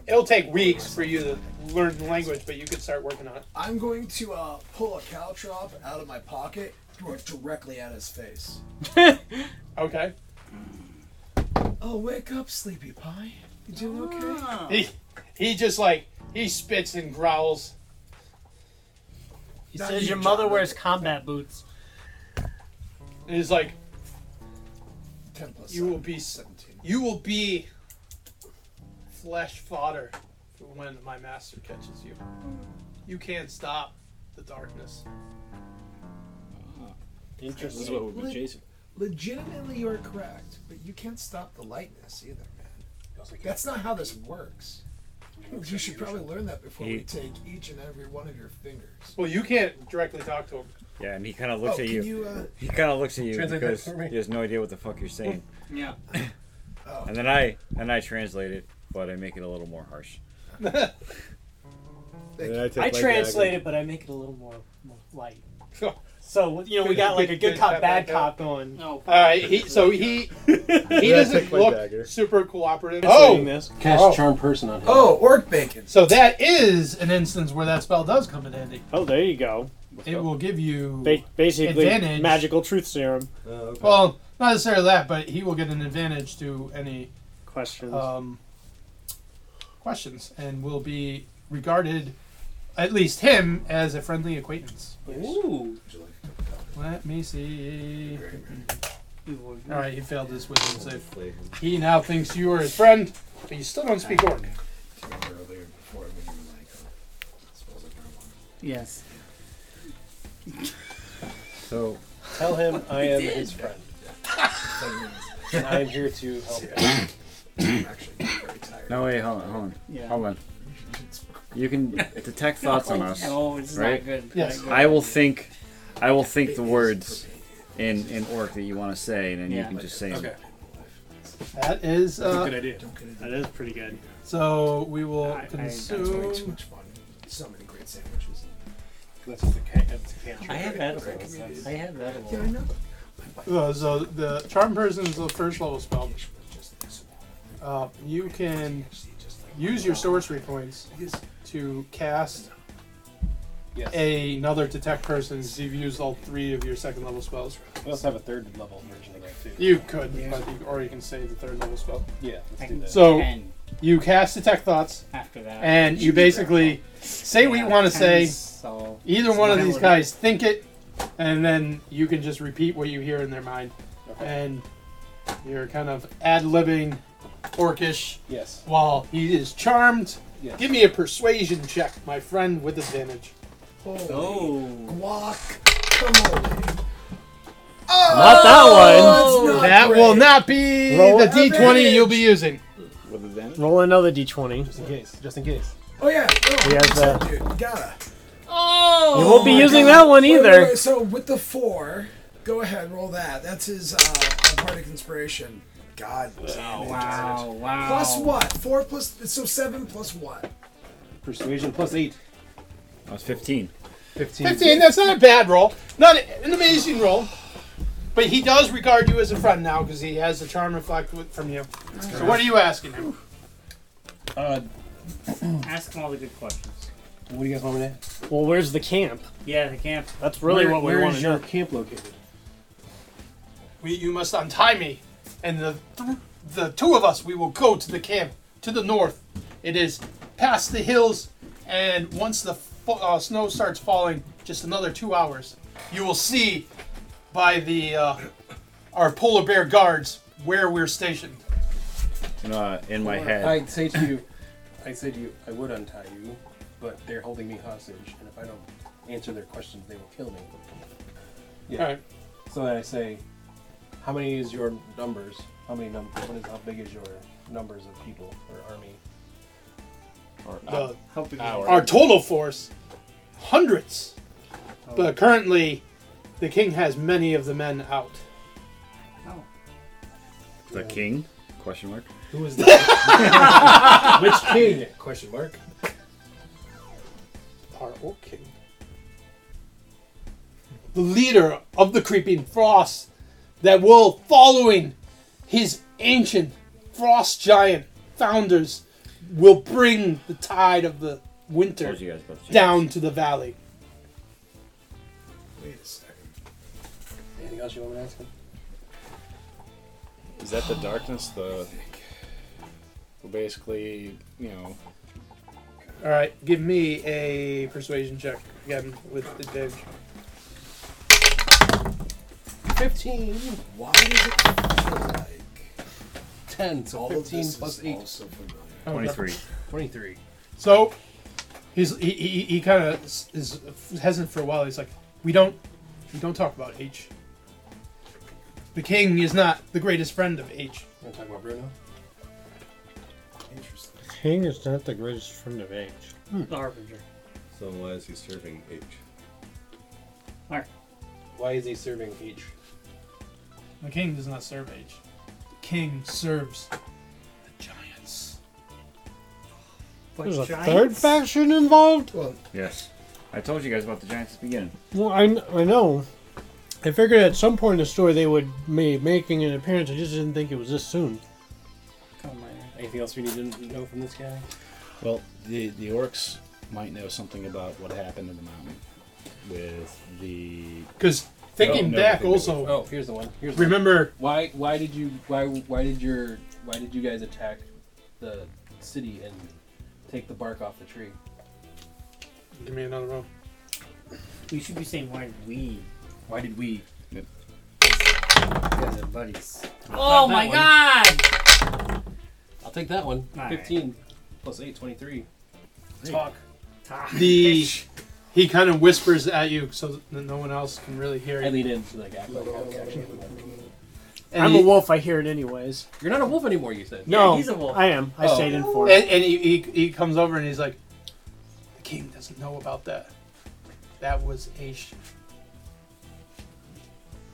Speaker 3: it'll take weeks for you to learn the language, but you could start working on it.
Speaker 9: I'm going to uh, pull a caltrop out of my pocket, throw it directly at his face.
Speaker 3: Okay.
Speaker 9: Oh, wake up, sleepy pie. You doing okay?
Speaker 2: Ah.
Speaker 3: He he just like he spits and growls.
Speaker 8: He
Speaker 9: Not
Speaker 8: says
Speaker 9: you,
Speaker 8: your mother
Speaker 9: John.
Speaker 8: wears combat boots.
Speaker 3: And he's like,
Speaker 9: Ten plus
Speaker 3: "You will
Speaker 9: seven,
Speaker 3: be s-
Speaker 9: seventeen.
Speaker 3: you will be flesh fodder for when my master catches you. You can't stop the darkness."
Speaker 7: This is what we've been chasing.
Speaker 9: Legitimately, you are correct, but you can't stop the lightness either, man. That's not how this works. You should probably learn that before we
Speaker 2: He-
Speaker 9: take each and every one of your fingers.
Speaker 3: Well, you can't directly talk to him.
Speaker 2: Yeah, and he kind of
Speaker 9: Oh,
Speaker 2: looks
Speaker 9: can
Speaker 2: at you.
Speaker 9: you uh,
Speaker 2: He kind of looks at you
Speaker 6: Translate that
Speaker 2: because
Speaker 6: for me.
Speaker 2: he has no idea what the fuck you're saying.
Speaker 5: Yeah.
Speaker 9: Oh.
Speaker 2: And then I and I translate it, but I make it a little more harsh.
Speaker 9: Thank
Speaker 4: And I, take
Speaker 8: I
Speaker 4: my
Speaker 8: translate
Speaker 4: dagger.
Speaker 8: it, but I make it a little more, more light. So you know, we got like a good cop, bad cop going.
Speaker 5: No.
Speaker 3: All right. He, so he he
Speaker 4: Yeah,
Speaker 3: doesn't
Speaker 4: take my
Speaker 3: look
Speaker 4: dagger.
Speaker 3: super cooperative.
Speaker 6: Saying
Speaker 3: Oh,
Speaker 6: this cast
Speaker 3: Oh.
Speaker 6: charm person on him.
Speaker 9: Oh, orc bacon.
Speaker 3: so that is an instance where that spell does come in handy.
Speaker 8: Oh, there you go.
Speaker 3: It will give you
Speaker 8: basically,
Speaker 3: Advantage. magical
Speaker 8: truth serum
Speaker 4: Uh, okay.
Speaker 3: well, not necessarily that, but he will get an advantage to any
Speaker 8: questions.
Speaker 3: um, questions and will be regarded, at least him, as a friendly acquaintance.
Speaker 5: Ooh.
Speaker 9: Would you like
Speaker 3: Let me see. All right, he failed his wisdom save. He now thinks you are his friend, but you still don't speak orc.
Speaker 5: Yes.
Speaker 2: So
Speaker 6: Tell him I am his friend. And I am here to help. him.
Speaker 2: no wait, hold on, hold on,
Speaker 5: Yeah.
Speaker 2: hold on. You can detect thoughts on us.
Speaker 5: No, it's
Speaker 2: right?
Speaker 5: Oh, not good.
Speaker 3: Yes.
Speaker 5: Not
Speaker 2: I will think, I will think the words in in orc that you want to say, and then you
Speaker 5: Yeah.
Speaker 2: can just say 'em.
Speaker 6: Okay.
Speaker 3: That is uh,
Speaker 6: idea.
Speaker 5: good. That is pretty good.
Speaker 3: so we will
Speaker 5: I- I- that's
Speaker 3: consume.
Speaker 9: fun. So many great sandwiches.
Speaker 6: That's just a ca- that's a cantrip.
Speaker 5: I have edibles. I have edibles.
Speaker 9: Yeah, I know.
Speaker 3: Uh, so the charm person is the first level spell. Uh, you can use your sorcery points to cast
Speaker 6: Yes.
Speaker 3: a- another detect person. So You've used all three of your second level spells.
Speaker 6: We also have a third level version of that too.
Speaker 3: You could, but you, or you can save the third level spell.
Speaker 6: Yeah,
Speaker 5: I
Speaker 6: let's do
Speaker 5: can-
Speaker 6: that.
Speaker 3: So
Speaker 5: And
Speaker 3: you cast detect thoughts,
Speaker 5: after that,
Speaker 3: and you basically say what you want to say.
Speaker 5: So
Speaker 3: Either one of these
Speaker 5: Smile.
Speaker 3: guys think it, and then you can just repeat what you hear in their mind, and you're kind of ad libbing, orcish.
Speaker 6: Yes.
Speaker 3: While he is charmed,
Speaker 6: Yes.
Speaker 3: give me a persuasion check, my friend, with advantage.
Speaker 9: Holy
Speaker 5: oh,
Speaker 9: guac. Come on.
Speaker 2: Not that one.
Speaker 9: Not
Speaker 3: that
Speaker 9: great.
Speaker 3: will not be
Speaker 2: Roll
Speaker 3: the
Speaker 2: it.
Speaker 3: D20 you'll be using.
Speaker 7: With advantage?
Speaker 8: Roll another d20.
Speaker 6: Just in case. Just in case.
Speaker 9: Oh yeah. Oh,
Speaker 8: He has that.
Speaker 9: dude, gotta.
Speaker 8: You won't
Speaker 5: Oh
Speaker 8: be using that one
Speaker 9: Wait, wait,
Speaker 8: either.
Speaker 9: wait, So with the four, go ahead, roll that. That's his uh, Bardic Inspiration. God damn it.
Speaker 5: wow, wow.
Speaker 9: Plus what? Four plus so seven plus what?
Speaker 6: Persuasion plus eight.
Speaker 2: I was 15.
Speaker 6: 15.
Speaker 3: 15, that's not a bad roll. Not an amazing roll. But he does regard you as a friend now because he has the charm reflect with- from you. So what are you asking him?
Speaker 6: Uh,
Speaker 5: Ask him all the good questions.
Speaker 6: what do you guys want me to ask?
Speaker 8: Well, where's the camp?
Speaker 5: Yeah, the camp.
Speaker 8: That's really
Speaker 6: Where-
Speaker 8: what we
Speaker 6: where
Speaker 8: want
Speaker 6: is
Speaker 8: to
Speaker 6: your
Speaker 8: know.
Speaker 6: camp located?
Speaker 3: We, you must untie me, and the the two of us we will go to the camp to the north. It is past the hills, and once the fo- uh, snow starts falling, just another two hours, you will see by the uh, our polar bear guards where we're stationed.
Speaker 2: In, uh, in my head.
Speaker 6: I'd say to you, I'd say to you, I would untie you, but they're holding me hostage, and if I don't answer their questions, they will kill me. Yeah.
Speaker 3: All right.
Speaker 6: So then I say, how many is your numbers? How many numbers? What is how big is your numbers of people or army? Or
Speaker 3: The,
Speaker 5: How big is
Speaker 3: our total force, hundreds, but currently, the king has many of the men out.
Speaker 2: the king? Question mark.
Speaker 6: Who is that? Which king? Question mark.
Speaker 3: our old king. The leader of the creeping frost that will following his ancient frost giant founders will bring the tide of the winter
Speaker 2: Told you guys about the
Speaker 3: down to the valley.
Speaker 9: Wait a second.
Speaker 6: Anything else you want me to ask him?
Speaker 7: Is that the darkness? The well, basically, you know,
Speaker 3: All right, give me a persuasion check again with advantage.
Speaker 6: Fifteen.
Speaker 9: Why does it feel like
Speaker 6: Ten. So
Speaker 9: all of
Speaker 6: fifteen
Speaker 9: this
Speaker 6: plus
Speaker 9: is
Speaker 6: eight.
Speaker 9: also familiar?
Speaker 2: 23.
Speaker 6: Twenty-three.
Speaker 3: So he's he he, he kind of is hesitant for a while. He's like, we don't we don't talk about H. The king is not the greatest friend of H.
Speaker 6: Want to talk about Bruno?
Speaker 9: Interesting.
Speaker 10: King is not the greatest friend of age.
Speaker 5: the harbinger?
Speaker 4: So why is he serving H?
Speaker 6: Why is he serving each?
Speaker 3: The king does not serve H. The king serves the giants.
Speaker 5: What,
Speaker 10: There's a
Speaker 5: giants?
Speaker 10: third faction involved?
Speaker 9: Well,
Speaker 2: Yes. I told you guys about the Giants at the beginning.
Speaker 10: Well, I, kn- I know. I figured at some point in the story they would be making an appearance. I just didn't think it was this soon.
Speaker 5: Come on.
Speaker 6: Anything else we need to know from this guy?
Speaker 7: well, the the orcs might know something about what happened in the mountain with the.
Speaker 3: Because thinking
Speaker 7: no,
Speaker 3: back,
Speaker 7: no, no.
Speaker 3: also
Speaker 6: Oh, here's the one. Here's the one.
Speaker 3: remember
Speaker 6: Why? Why did you? Why? Why did your? Why did you guys attack the city and take the bark off the tree?
Speaker 3: give me another roll.
Speaker 5: We should be saying why we
Speaker 11: Why did we?
Speaker 7: Yep.
Speaker 11: You guys are buddies.
Speaker 5: Oh my god!
Speaker 6: I'll take that one.
Speaker 11: All right.
Speaker 6: 15 plus 8, 23.
Speaker 3: Talk.
Speaker 5: Ah.
Speaker 3: The he kind of whispers at you so that no one else can really hear. I
Speaker 6: lean in like act like
Speaker 8: I'm a wolf. I hear it anyways.
Speaker 6: You're not a wolf anymore. You said.
Speaker 8: No, I am.
Speaker 6: Oh.
Speaker 8: I stayed in for
Speaker 3: And,
Speaker 8: it.
Speaker 3: and he, he he comes over and he's like, the king doesn't know about that. That was a sh-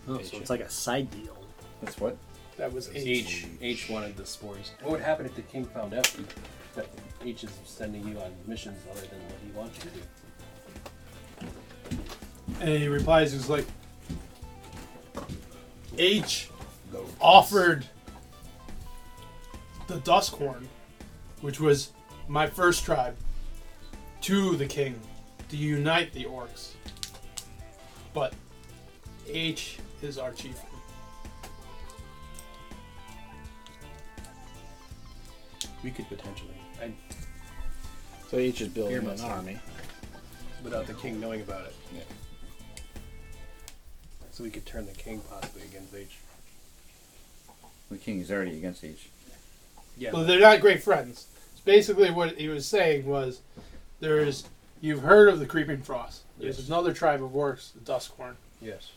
Speaker 11: Oh, so it's like a side deal.
Speaker 7: That's what?
Speaker 3: that was
Speaker 6: H.
Speaker 3: H.
Speaker 6: H. wanted the spores. What would happen if the king found out that H is sending you on missions other than what he wants you to do?
Speaker 3: And he replies, he's like, H offered the Duskhorn, which was my first tribe, to the king to unite the orcs. But H is our chief.
Speaker 6: We could potentially. I,
Speaker 7: So H is building
Speaker 6: Beer
Speaker 7: an
Speaker 6: mustard.
Speaker 7: army.
Speaker 6: without the king knowing about it.
Speaker 7: Yeah.
Speaker 6: So we could turn the king possibly against H.
Speaker 2: The king is already against H.
Speaker 6: Yeah.
Speaker 3: Well, they're not great friends. Basically, what he was saying was, there's you've heard of the Creeping Frost. There's
Speaker 6: Yes.
Speaker 3: another tribe of orcs, the Duskhorn.
Speaker 6: Yes.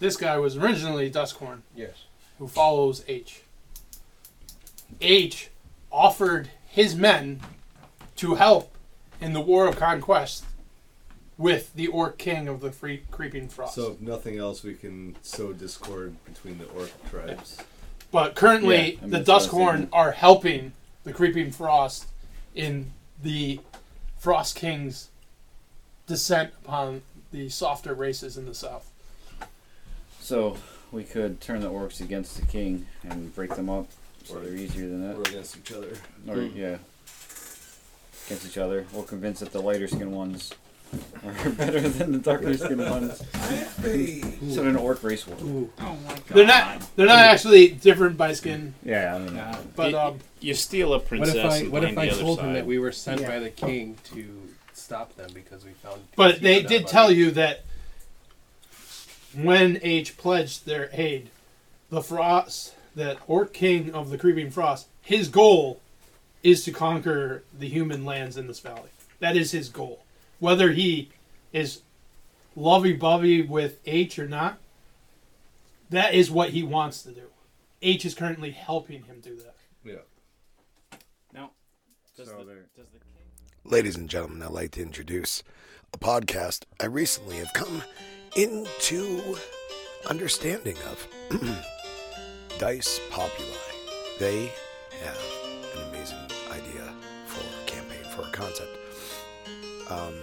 Speaker 3: This guy was originally Duskhorn.
Speaker 6: Yes.
Speaker 3: who follows H. H offered his men to help in the war of conquest with the orc king of the free creeping frost.
Speaker 4: So if nothing else, we can sow discord between the orc tribes.
Speaker 3: but currently,
Speaker 4: Yeah, I mean,
Speaker 3: the
Speaker 4: that's what I was
Speaker 3: Duskhorn
Speaker 4: thinking.
Speaker 3: are helping the creeping frost in the frost king's descent upon the softer races in the south.
Speaker 2: So we could turn the orcs against the king and break them up, so they're easier than that.
Speaker 4: Or against each other.
Speaker 2: Or
Speaker 8: Hmm.
Speaker 2: yeah, against each other. We'll convince that the lighter skinned ones are better than the darker skinned ones. so an orc race war.
Speaker 5: Oh my god.
Speaker 3: They're not. They're not actually different by skin.
Speaker 2: Yeah, I don't know.
Speaker 3: But
Speaker 6: You-
Speaker 3: um,
Speaker 12: You steal a
Speaker 6: What
Speaker 12: princess.
Speaker 6: if I,
Speaker 12: and
Speaker 6: what if
Speaker 12: blame
Speaker 6: I
Speaker 12: the other
Speaker 6: told him
Speaker 12: side.
Speaker 6: that we were sent
Speaker 3: Yeah.
Speaker 6: by the king to stop them because we found?
Speaker 3: But they
Speaker 6: found out
Speaker 3: did
Speaker 6: about
Speaker 3: tell
Speaker 6: it?
Speaker 3: you that when H pledged their aid, the Frost, that Orc King of the Creeping Frost, his goal is to conquer the human lands in this valley. That is his goal. Whether he is lovey bovey with H or not, that is what he wants to do. H is currently helping him do that.
Speaker 4: Yeah.
Speaker 12: Now, does the, does the king
Speaker 1: Ladies and gentlemen, I'd like to introduce a podcast I recently have come into understanding of Dice Populi. They have an amazing idea for a campaign, for a concept. Um,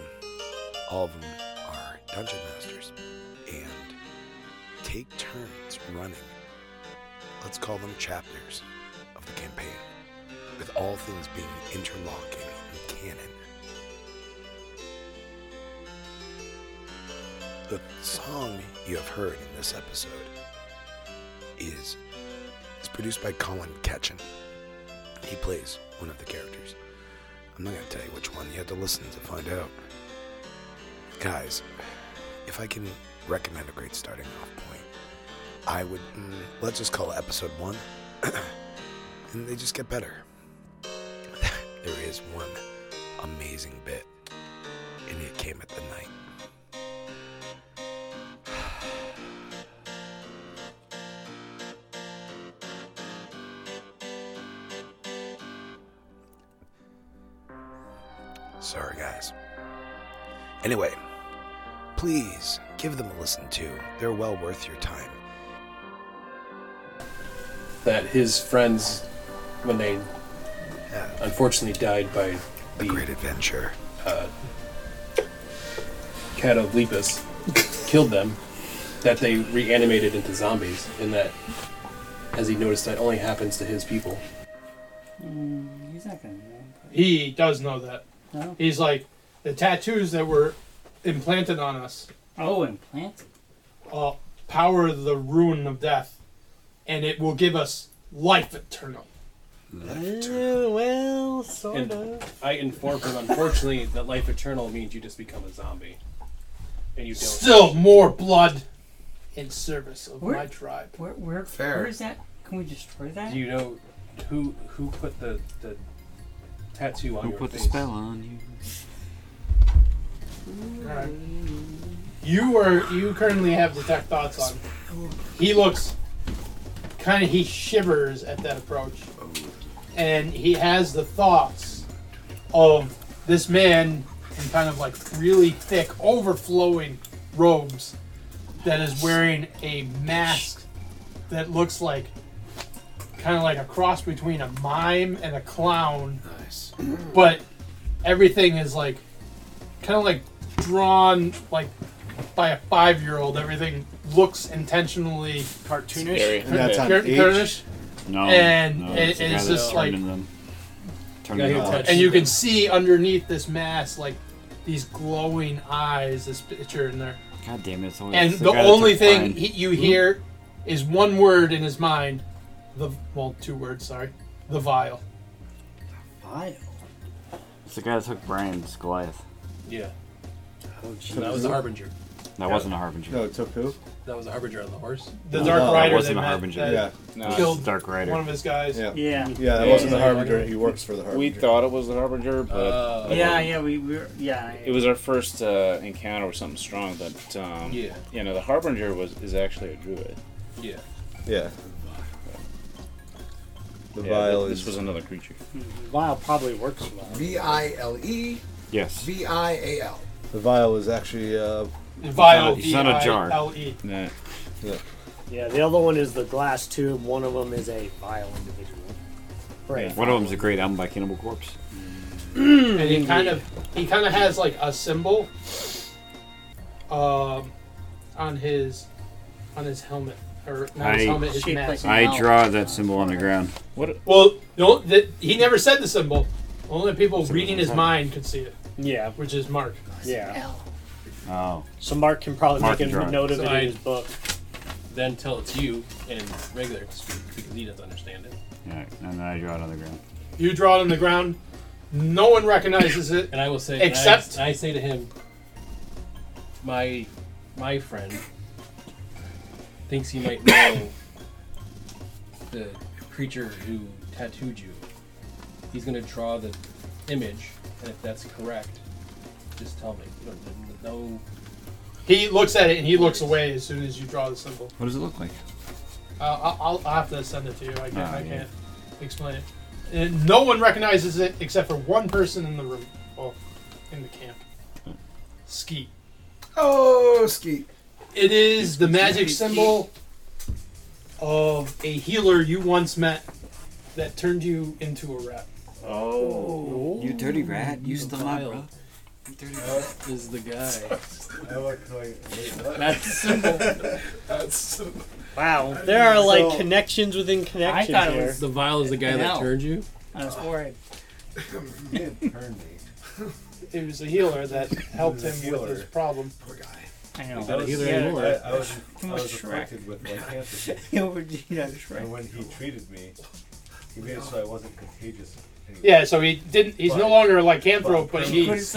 Speaker 1: all of them are dungeon masters and take turns running, let's call them chapters, of the campaign with all things being interlocking and canon. The song you have heard in this episode is, is produced by Colin Ketchen. He plays one of the characters. I'm not going to tell you which one. You have to listen to find out. Guys, if I can recommend a great starting off point, I would, mm, let's just call it episode one. and they just get better there is one amazing bit, and it came at the night. Sorry, guys. Anyway, please give them a listen too. They're well worth your time.
Speaker 6: that his friends, when they unfortunately died by the great
Speaker 1: adventure,
Speaker 6: uh, Cat of Lepus killed them, that they reanimated into zombies, and that, as he noticed, that only happens to his people.
Speaker 11: he's not gonna
Speaker 3: He does know that.
Speaker 4: Oh.
Speaker 3: He's like the tattoos that were implanted on us.
Speaker 11: Oh, implanted.
Speaker 3: Uh, power the rune of death, and it will give us life eternal.
Speaker 6: well,
Speaker 11: sort
Speaker 6: and I informed him, unfortunately, that life eternal means you just become a zombie, and you don't.
Speaker 3: Still more blood.
Speaker 8: in service of
Speaker 5: Where-
Speaker 8: my tribe.
Speaker 5: Where, where,
Speaker 8: Fair.
Speaker 5: where is that? Can we destroy that?
Speaker 6: Do you know who who put the the tattoo on
Speaker 3: Who
Speaker 6: your
Speaker 3: put the
Speaker 6: face?
Speaker 3: spell on you?
Speaker 8: You are you currently have detect thoughts on. He looks kind of he shivers at that approach, and he has the thoughts of this man in kind of like really thick, overflowing robes that is wearing a mask that looks like kind of like a cross between a mime and a clown. Nice, but everything is like kind of like drawn like by a five-year-old. Everything looks intentionally cartoonish.
Speaker 3: Scary. And that's on
Speaker 8: Car-
Speaker 3: each?
Speaker 8: cartoonish.
Speaker 3: No,
Speaker 8: and
Speaker 3: no, it's the
Speaker 8: it- it's
Speaker 3: guy that's
Speaker 8: just like,
Speaker 3: turning them.
Speaker 5: Yeah,
Speaker 3: Turning
Speaker 5: he
Speaker 3: them
Speaker 5: touched-
Speaker 3: on.
Speaker 8: and you can see underneath this mask like these glowing eyes. This picture in there,
Speaker 3: God damn it! It's always
Speaker 8: and
Speaker 3: it's
Speaker 8: the
Speaker 3: guy that took
Speaker 8: only thing
Speaker 3: Brian.
Speaker 8: he, you hear is one word in his mind. The well, two words. Sorry, the vial.
Speaker 5: Why?
Speaker 3: It's the guy that took Brian's Goliath.
Speaker 6: Yeah.
Speaker 3: Oh,
Speaker 6: So that was the harbinger.
Speaker 3: That wasn't a harbinger.
Speaker 4: No, it took who?
Speaker 6: That was the harbinger on the horse.
Speaker 8: The
Speaker 3: No,
Speaker 8: Dark
Speaker 3: that
Speaker 8: Rider
Speaker 3: wasn't
Speaker 8: they
Speaker 3: a
Speaker 8: met
Speaker 3: harbinger.
Speaker 8: that
Speaker 3: Yeah. No, Uh, it's
Speaker 8: killed
Speaker 3: Dark Rider.
Speaker 8: One of his guys.
Speaker 4: Yeah.
Speaker 5: Yeah.
Speaker 4: Yeah, that wasn't the Harbinger. He works for the Harbinger.
Speaker 2: We thought it was the Harbinger, but
Speaker 3: Uh,
Speaker 5: Oh. Yeah, yeah, we were. Yeah.
Speaker 2: it was our first uh, encounter with something strong. But um,
Speaker 6: Yeah.
Speaker 2: you know, the Harbinger was is actually a druid.
Speaker 6: Yeah.
Speaker 4: Yeah. The
Speaker 2: Yeah,
Speaker 4: vial
Speaker 2: This
Speaker 4: is-
Speaker 2: was another creature.
Speaker 5: Vile probably works well.
Speaker 9: V I L E.
Speaker 2: Yes.
Speaker 9: V I A L.
Speaker 4: The vial is actually. Uh,
Speaker 8: Vial, E It's not a- it's not a jar. V-I-L-E.
Speaker 2: Nah.
Speaker 4: Yeah.
Speaker 13: Yeah, the other one is the glass tube. One of them is a vile individual. Right.
Speaker 3: One of them's a great album by Cannibal Corpse.
Speaker 8: and he kind of he kind of has like a symbol um on his on his helmet or not his helmet his mask.
Speaker 3: I draw that symbol on the ground.
Speaker 2: What?
Speaker 8: Well, no, the, he never said the symbol. Only people reading his mind could see it.
Speaker 13: Yeah,
Speaker 8: which is Mark.
Speaker 13: Yeah.
Speaker 3: Oh.
Speaker 13: So Mark can probably
Speaker 3: Mark
Speaker 13: make
Speaker 3: can draw
Speaker 13: a
Speaker 3: it.
Speaker 13: note of
Speaker 6: So
Speaker 13: it
Speaker 6: I-
Speaker 13: in his book.
Speaker 6: Then tell it's you in regular speak because he doesn't understand it.
Speaker 3: Yeah, and then I draw it on the ground.
Speaker 8: You draw it on the ground. No one recognizes it.
Speaker 6: And I will say,
Speaker 8: except
Speaker 6: and I, and I say to him, my my friend thinks he might know the creature who tattooed you. He's gonna draw the image, and if that's correct, just tell me. You don't, no,
Speaker 8: he looks at it and he looks away as soon as you draw the symbol.
Speaker 3: What does it look like?
Speaker 8: Uh, I'll, I'll, I'll have to send it to you. I can't,
Speaker 3: Ah,
Speaker 8: I
Speaker 3: yeah.
Speaker 8: can't explain it. And no one recognizes it except for one person in the room. Well, in the camp. Skeet.
Speaker 9: Oh, Skeet.
Speaker 8: It is the magic symbol of a healer you once met that turned you into a rat.
Speaker 3: Oh. You dirty rat. You still not, bro.
Speaker 6: that is the guy.
Speaker 14: I look like.
Speaker 6: That's simple.
Speaker 14: That's simple.
Speaker 13: Wow, there are like
Speaker 6: So-
Speaker 13: connections within connections
Speaker 6: I thought it
Speaker 13: here.
Speaker 6: was the vial is the guy that turned you.
Speaker 5: I was worried.
Speaker 14: Turn me.
Speaker 8: It was a healer that helped him
Speaker 14: Healer.
Speaker 8: with his problem.
Speaker 9: Poor guy.
Speaker 5: I
Speaker 14: I
Speaker 5: know.
Speaker 14: was, I, I was, I
Speaker 5: Too much
Speaker 14: was
Speaker 5: Shrek.
Speaker 14: afflicted with lycanthropy.
Speaker 5: Yeah, we're- you know, Shrek.
Speaker 14: And when he treated me, he made it so I wasn't contagious. anymore.
Speaker 8: Yeah, so he didn't. He's no longer a lycanthrope, but
Speaker 14: from
Speaker 8: he
Speaker 14: This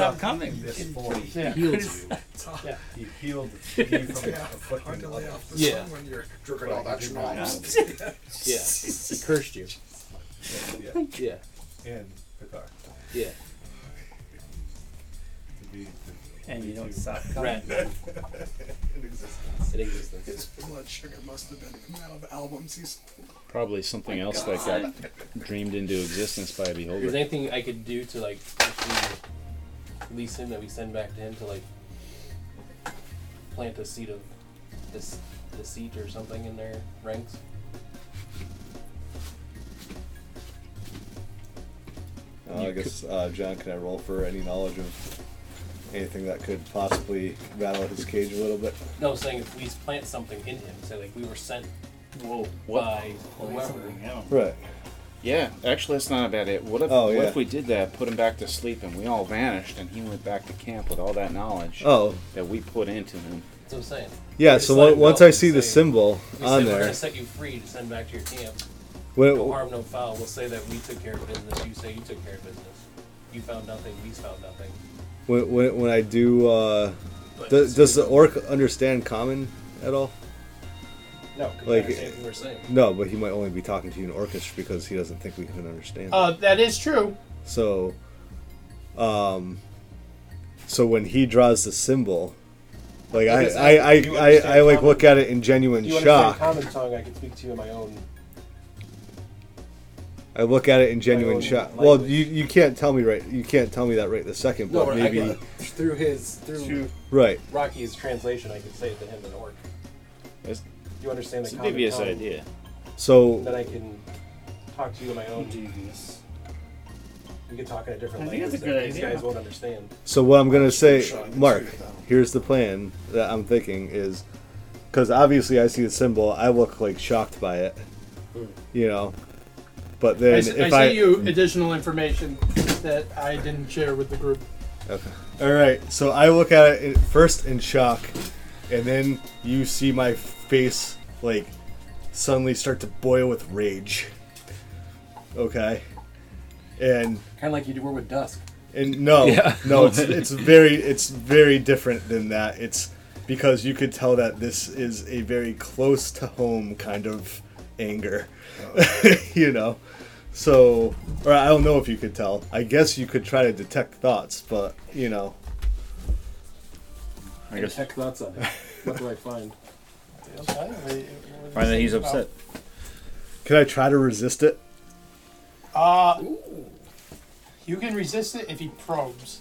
Speaker 14: form,
Speaker 8: Yeah.
Speaker 14: he healed you.
Speaker 8: Yeah.
Speaker 14: He healed me from
Speaker 9: Yeah,
Speaker 14: afflicting
Speaker 9: hard to lay
Speaker 14: others.
Speaker 9: off the
Speaker 14: Yeah.
Speaker 9: sun when you're drinking all that schnapps.
Speaker 6: Yeah, he cursed you.
Speaker 14: Yeah.
Speaker 6: Yeah.
Speaker 14: And Picard.
Speaker 6: Yeah.
Speaker 14: To be,
Speaker 5: And you don't
Speaker 14: to-
Speaker 5: stop
Speaker 6: Right.
Speaker 14: in existence.
Speaker 6: In existence.
Speaker 9: His blood sugar must have been the amount of albums he's.
Speaker 2: Probably something else that
Speaker 9: God.
Speaker 2: got dreamed into existence by a
Speaker 6: If there's
Speaker 2: beholder.
Speaker 6: anything I could do to like actually release him that we send back to him to like plant a seed of this deceit or something in their ranks.
Speaker 4: Uh, I guess uh, John, can I roll for any knowledge of anything that could possibly rattle his cage a little bit?
Speaker 6: No, saying if we plant something in him, say like we were sent whoa by whoever.
Speaker 4: Right.
Speaker 2: Yeah, actually, that's not about it. What if,
Speaker 4: Oh,
Speaker 2: what
Speaker 4: yeah.
Speaker 2: if we did that, put him back to sleep, and we all vanished, and he went back to camp with all that knowledge
Speaker 4: Oh.
Speaker 2: that we put into him?
Speaker 6: That's what I'm saying.
Speaker 4: Yeah.
Speaker 6: Just
Speaker 4: So
Speaker 6: let
Speaker 4: on-
Speaker 6: him
Speaker 4: once
Speaker 6: go.
Speaker 4: I see the
Speaker 6: Say,
Speaker 4: symbol
Speaker 6: we say
Speaker 4: on
Speaker 6: We're
Speaker 4: there,
Speaker 6: gonna set you free to send back to your camp.
Speaker 4: Well-
Speaker 6: no harm, no foul. We'll say that we took care of business. You say you took care of business. You found nothing. We found nothing.
Speaker 4: when, when, when I do, uh, th- does the orc understand common at all?
Speaker 6: No, 'cause you
Speaker 4: like
Speaker 6: understand what we're saying.
Speaker 4: no, but he might only be talking to you in Orcish because he doesn't think we can understand.
Speaker 3: Uh,
Speaker 4: it.
Speaker 3: that is true.
Speaker 4: So, um, so when he draws the symbol, like I,
Speaker 6: guess
Speaker 4: I, I,
Speaker 6: if you
Speaker 4: I, I,
Speaker 6: understand
Speaker 4: like
Speaker 6: common-
Speaker 4: look at it in genuine
Speaker 6: if you
Speaker 4: shock.
Speaker 6: Understand common tongue, I can speak to you in my own.
Speaker 4: I look at it in genuine
Speaker 6: own
Speaker 4: shock. Well, you, you can't tell me right. You can't tell me that right the second,
Speaker 6: No,
Speaker 4: but
Speaker 6: I
Speaker 4: maybe.
Speaker 6: can- through his through
Speaker 4: Right.
Speaker 6: Rocky's translation, I could say it to him in orc. you understand
Speaker 12: it's
Speaker 6: the
Speaker 12: a
Speaker 6: common
Speaker 12: devious
Speaker 6: tongue,
Speaker 12: idea.
Speaker 4: So-
Speaker 6: that I can talk to you in my own devious. We could talk in a different
Speaker 12: I think
Speaker 6: language
Speaker 12: that's a
Speaker 6: that
Speaker 12: good
Speaker 6: these
Speaker 12: idea.
Speaker 6: guys won't understand.
Speaker 4: So what I'm gonna say, Mark, here's the plan that I'm thinking is, because obviously I see the symbol, I look like shocked by it,
Speaker 6: Hmm.
Speaker 4: you know, but then
Speaker 3: I, s-
Speaker 4: if
Speaker 3: I
Speaker 4: I,
Speaker 3: sent you additional information that I didn't share with the group.
Speaker 4: okay, all right, so I look at it in- first in shock, and then you see my face like suddenly start to boil with rage. Okay, and
Speaker 6: Kind of like you were with Dusk.
Speaker 4: And no,
Speaker 6: Yeah.
Speaker 4: no, it's, it's very it's very different than that. It's because you could tell that this is a very close to home kind of anger, you know. So, or I don't know if you could tell. I guess you could try to detect thoughts, but you know,
Speaker 6: I guess. Heck, that's on it. What do I find?
Speaker 3: Okay.
Speaker 2: Find that he's upset.
Speaker 4: can I try to resist it?
Speaker 3: Uh, you can resist it if he probes.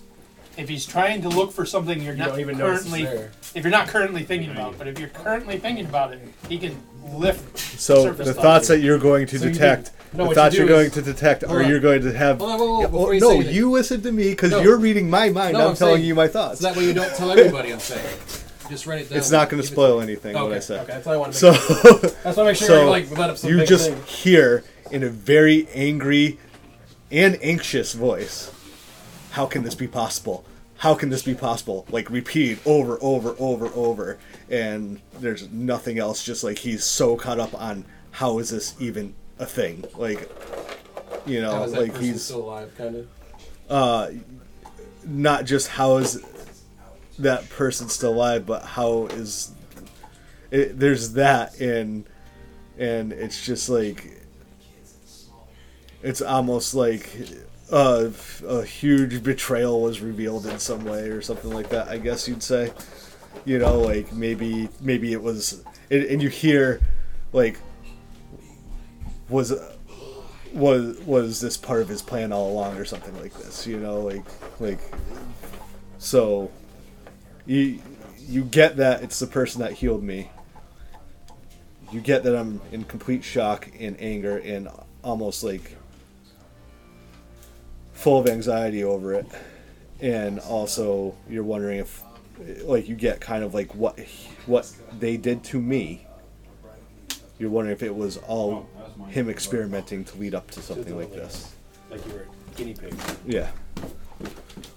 Speaker 3: If he's trying to look for something you're
Speaker 6: You
Speaker 3: not
Speaker 6: don't even notice it's
Speaker 3: currently,
Speaker 6: there.
Speaker 3: if you're not currently thinking about, it. but if you're currently thinking about it, he can lift.
Speaker 4: So
Speaker 3: surface
Speaker 4: the thoughts that you're going to
Speaker 3: So you can-
Speaker 4: detect,
Speaker 3: no,
Speaker 4: the
Speaker 3: what
Speaker 4: thoughts
Speaker 3: you
Speaker 4: you are
Speaker 3: do
Speaker 4: going
Speaker 3: is-
Speaker 4: to detect, are
Speaker 3: Hold on.
Speaker 4: you're going to have?
Speaker 6: Hold on, whoa, whoa, whoa,
Speaker 4: Yeah,
Speaker 6: before you
Speaker 4: no,
Speaker 6: say anything.
Speaker 4: you listen to me because
Speaker 6: No.
Speaker 4: you're reading my mind.
Speaker 6: No,
Speaker 4: I'm, telling
Speaker 6: saying-
Speaker 4: you my thoughts.
Speaker 6: So that way you don't tell everybody I'm saying. it. Just write it down.
Speaker 4: It's not going to spoil anything what
Speaker 6: Okay,
Speaker 4: I said.
Speaker 6: okay, that's what I wanted to
Speaker 4: So
Speaker 6: make sure. That's why I make sure
Speaker 4: so
Speaker 6: you're, like, let up some
Speaker 4: you
Speaker 6: big
Speaker 4: just
Speaker 6: thing.
Speaker 4: hear in a very angry and anxious voice. How can this be possible? How can this be possible? Like repeated over, over, over, over, and there's nothing else. Just like he's so caught up on how is this even a thing? Like, you know,
Speaker 6: How is that
Speaker 4: like
Speaker 6: person
Speaker 4: he's
Speaker 6: still alive, kind of.
Speaker 4: uh, not just how is that person still alive, but how is it, there's that and and it's just like it's almost like a, a huge betrayal was revealed in some way or something like that. I guess you'd say, you know, like maybe maybe it was, and, and you hear like was was was this part of his plan all along or something like this you know like like so you you get that it's the person that healed me you get that i'm in complete shock and anger and almost like full of anxiety over it and also you're wondering if like you get kind of like what what they did to me you're wondering if it was all him experimenting to lead up to something like this
Speaker 6: Like you were a guinea pig.
Speaker 4: yeah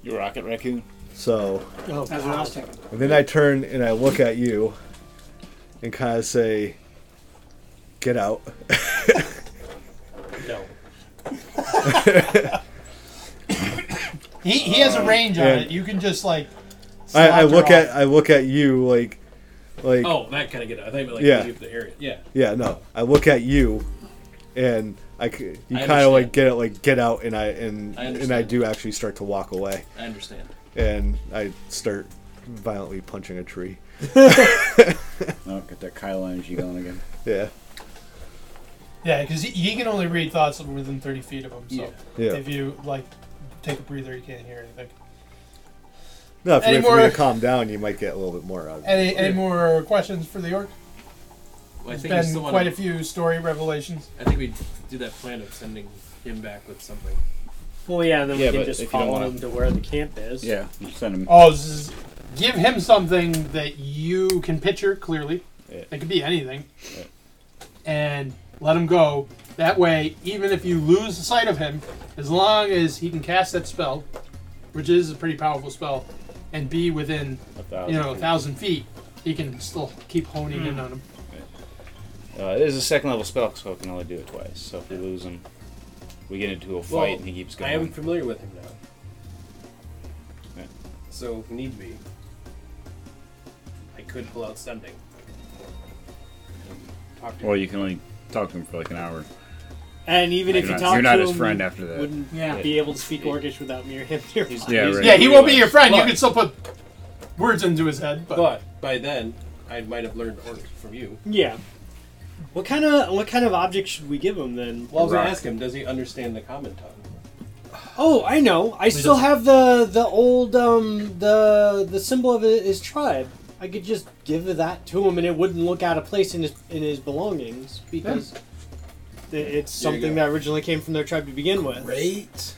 Speaker 12: You rocket raccoon.
Speaker 4: so
Speaker 12: Oh,
Speaker 11: That's what I was thinking.
Speaker 4: And then I turn and I look at you and kind of say, Get out.
Speaker 6: No.
Speaker 3: He, he has a
Speaker 8: Um,
Speaker 3: range on
Speaker 4: And
Speaker 3: it. You can just like.
Speaker 4: I, I look
Speaker 3: slaughter
Speaker 4: at I look at you like like
Speaker 6: oh, that kind of get. it. I think like
Speaker 4: yeah
Speaker 6: yeah. the area. Yeah.
Speaker 4: yeah no I look at you and I c- you
Speaker 6: I
Speaker 4: kind of like get it like get out and I and
Speaker 6: I
Speaker 4: and I do actually start to walk away
Speaker 6: I understand.
Speaker 4: and I start violently punching a tree
Speaker 2: Oh, get that Kyle energy going again.
Speaker 4: yeah
Speaker 3: Yeah, because he, he can only read thoughts within 30 feet of him. So
Speaker 4: Yeah. Yeah.
Speaker 3: if you like take a breather, you can't hear anything.
Speaker 4: no if
Speaker 3: Any
Speaker 4: you wait for me
Speaker 3: more-
Speaker 4: to calm down you might get a little bit more out of it
Speaker 3: Any any more questions for the orc?
Speaker 6: Well, I
Speaker 3: There's
Speaker 6: think you
Speaker 3: been
Speaker 6: still wanna-
Speaker 3: quite a few story revelations.
Speaker 6: I think we do that plan of sending him back with something.
Speaker 15: Well, yeah, then
Speaker 6: Yeah,
Speaker 15: we can
Speaker 6: but
Speaker 15: just
Speaker 6: if you don't
Speaker 15: follow
Speaker 6: wanna-
Speaker 15: him to where the camp is.
Speaker 2: send him.
Speaker 3: Oh, this is- give him something that you can picture clearly. It could be anything. And let him go. That way, even if you lose the sight of him, as long as he can cast that spell, which is a pretty powerful spell, and be within
Speaker 12: thousand
Speaker 3: you know a
Speaker 12: feet.
Speaker 3: thousand feet, he can still keep honing
Speaker 6: Hmm.
Speaker 3: in on him.
Speaker 12: Uh, it is a second level spell, so I can only do it twice. So if we lose him, we get into a fight
Speaker 6: Well,
Speaker 12: and he keeps
Speaker 6: I
Speaker 12: going.
Speaker 6: am familiar with him now.
Speaker 12: Yeah.
Speaker 6: So if need be, I could pull out sending.
Speaker 16: talk to Well, you can only talk to him for like an hour.
Speaker 8: And even if
Speaker 16: You're
Speaker 8: you
Speaker 16: not-
Speaker 8: talk
Speaker 16: you're not
Speaker 8: to
Speaker 16: his
Speaker 8: him,
Speaker 16: friend
Speaker 8: you
Speaker 16: after that.
Speaker 8: Wouldn't
Speaker 16: Yeah.
Speaker 8: be able to speak Orcish without me or him.
Speaker 16: Yeah, right.
Speaker 3: Yeah, he won't be your friend. You
Speaker 6: But-
Speaker 3: can still put words into his head, but,
Speaker 6: But by then, I might have learned Orcish from you.
Speaker 8: Yeah. What kind of what kind of object should we give him then?
Speaker 6: Well, I was gonna ask him, does he understand the common tongue?
Speaker 8: Oh, I know. I still have the the old um the the symbol of hi- his tribe. I could just give that to him, and it wouldn't look out of place in his in his belongings because i- it's
Speaker 3: There you
Speaker 8: something that originally came from their tribe to begin with. Great.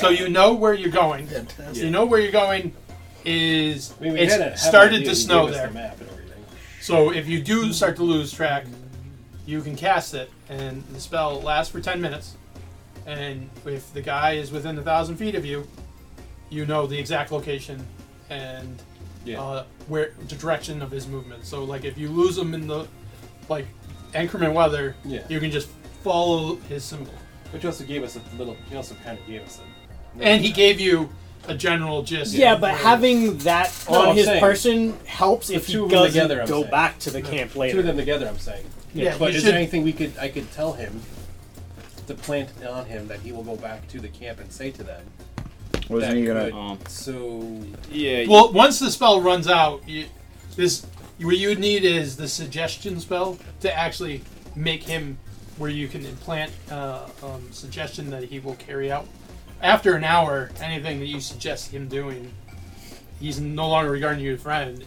Speaker 3: so you know where you're going.
Speaker 8: Fantastic.
Speaker 3: You know where you're going is
Speaker 6: I mean, we had a- had an
Speaker 3: it started
Speaker 6: idea
Speaker 3: to
Speaker 6: you
Speaker 3: snow
Speaker 6: gave us
Speaker 3: there.
Speaker 6: The map and everything.
Speaker 3: So if you do start to lose track, you can cast it, and the spell lasts for 10 minutes. And if the guy is within a thousand feet of you, you know the exact location and uh, where the direction of his movement. So like if you lose him in the like increment weather,
Speaker 6: Yeah.
Speaker 3: you can just follow his symbol.
Speaker 6: But you also gave us a little. You also kind of gave us a.
Speaker 3: And he gave you a general gist.
Speaker 8: Yeah, but having that
Speaker 3: No,
Speaker 8: on
Speaker 3: I'm
Speaker 8: his
Speaker 3: saying-
Speaker 8: person helps
Speaker 6: The
Speaker 8: if he
Speaker 6: two of them
Speaker 8: doesn't
Speaker 6: together, I'm
Speaker 8: go
Speaker 6: saying.
Speaker 8: back to the camp
Speaker 6: Two
Speaker 8: later.
Speaker 6: of them together, I'm saying.
Speaker 8: Yeah,
Speaker 6: but
Speaker 8: you
Speaker 6: is
Speaker 8: should-
Speaker 6: there anything we could I could tell him to plant on him that he will go back to the camp and say to them?
Speaker 16: Wasn't
Speaker 6: that
Speaker 16: he gonna-
Speaker 6: could- so
Speaker 3: Well, once the spell runs out, you, this what you would need is the suggestion spell to actually make him where you can implant uh, um, suggestion that he will carry out. After an hour, anything that you suggest him doing, he's no longer regarding you as a friend.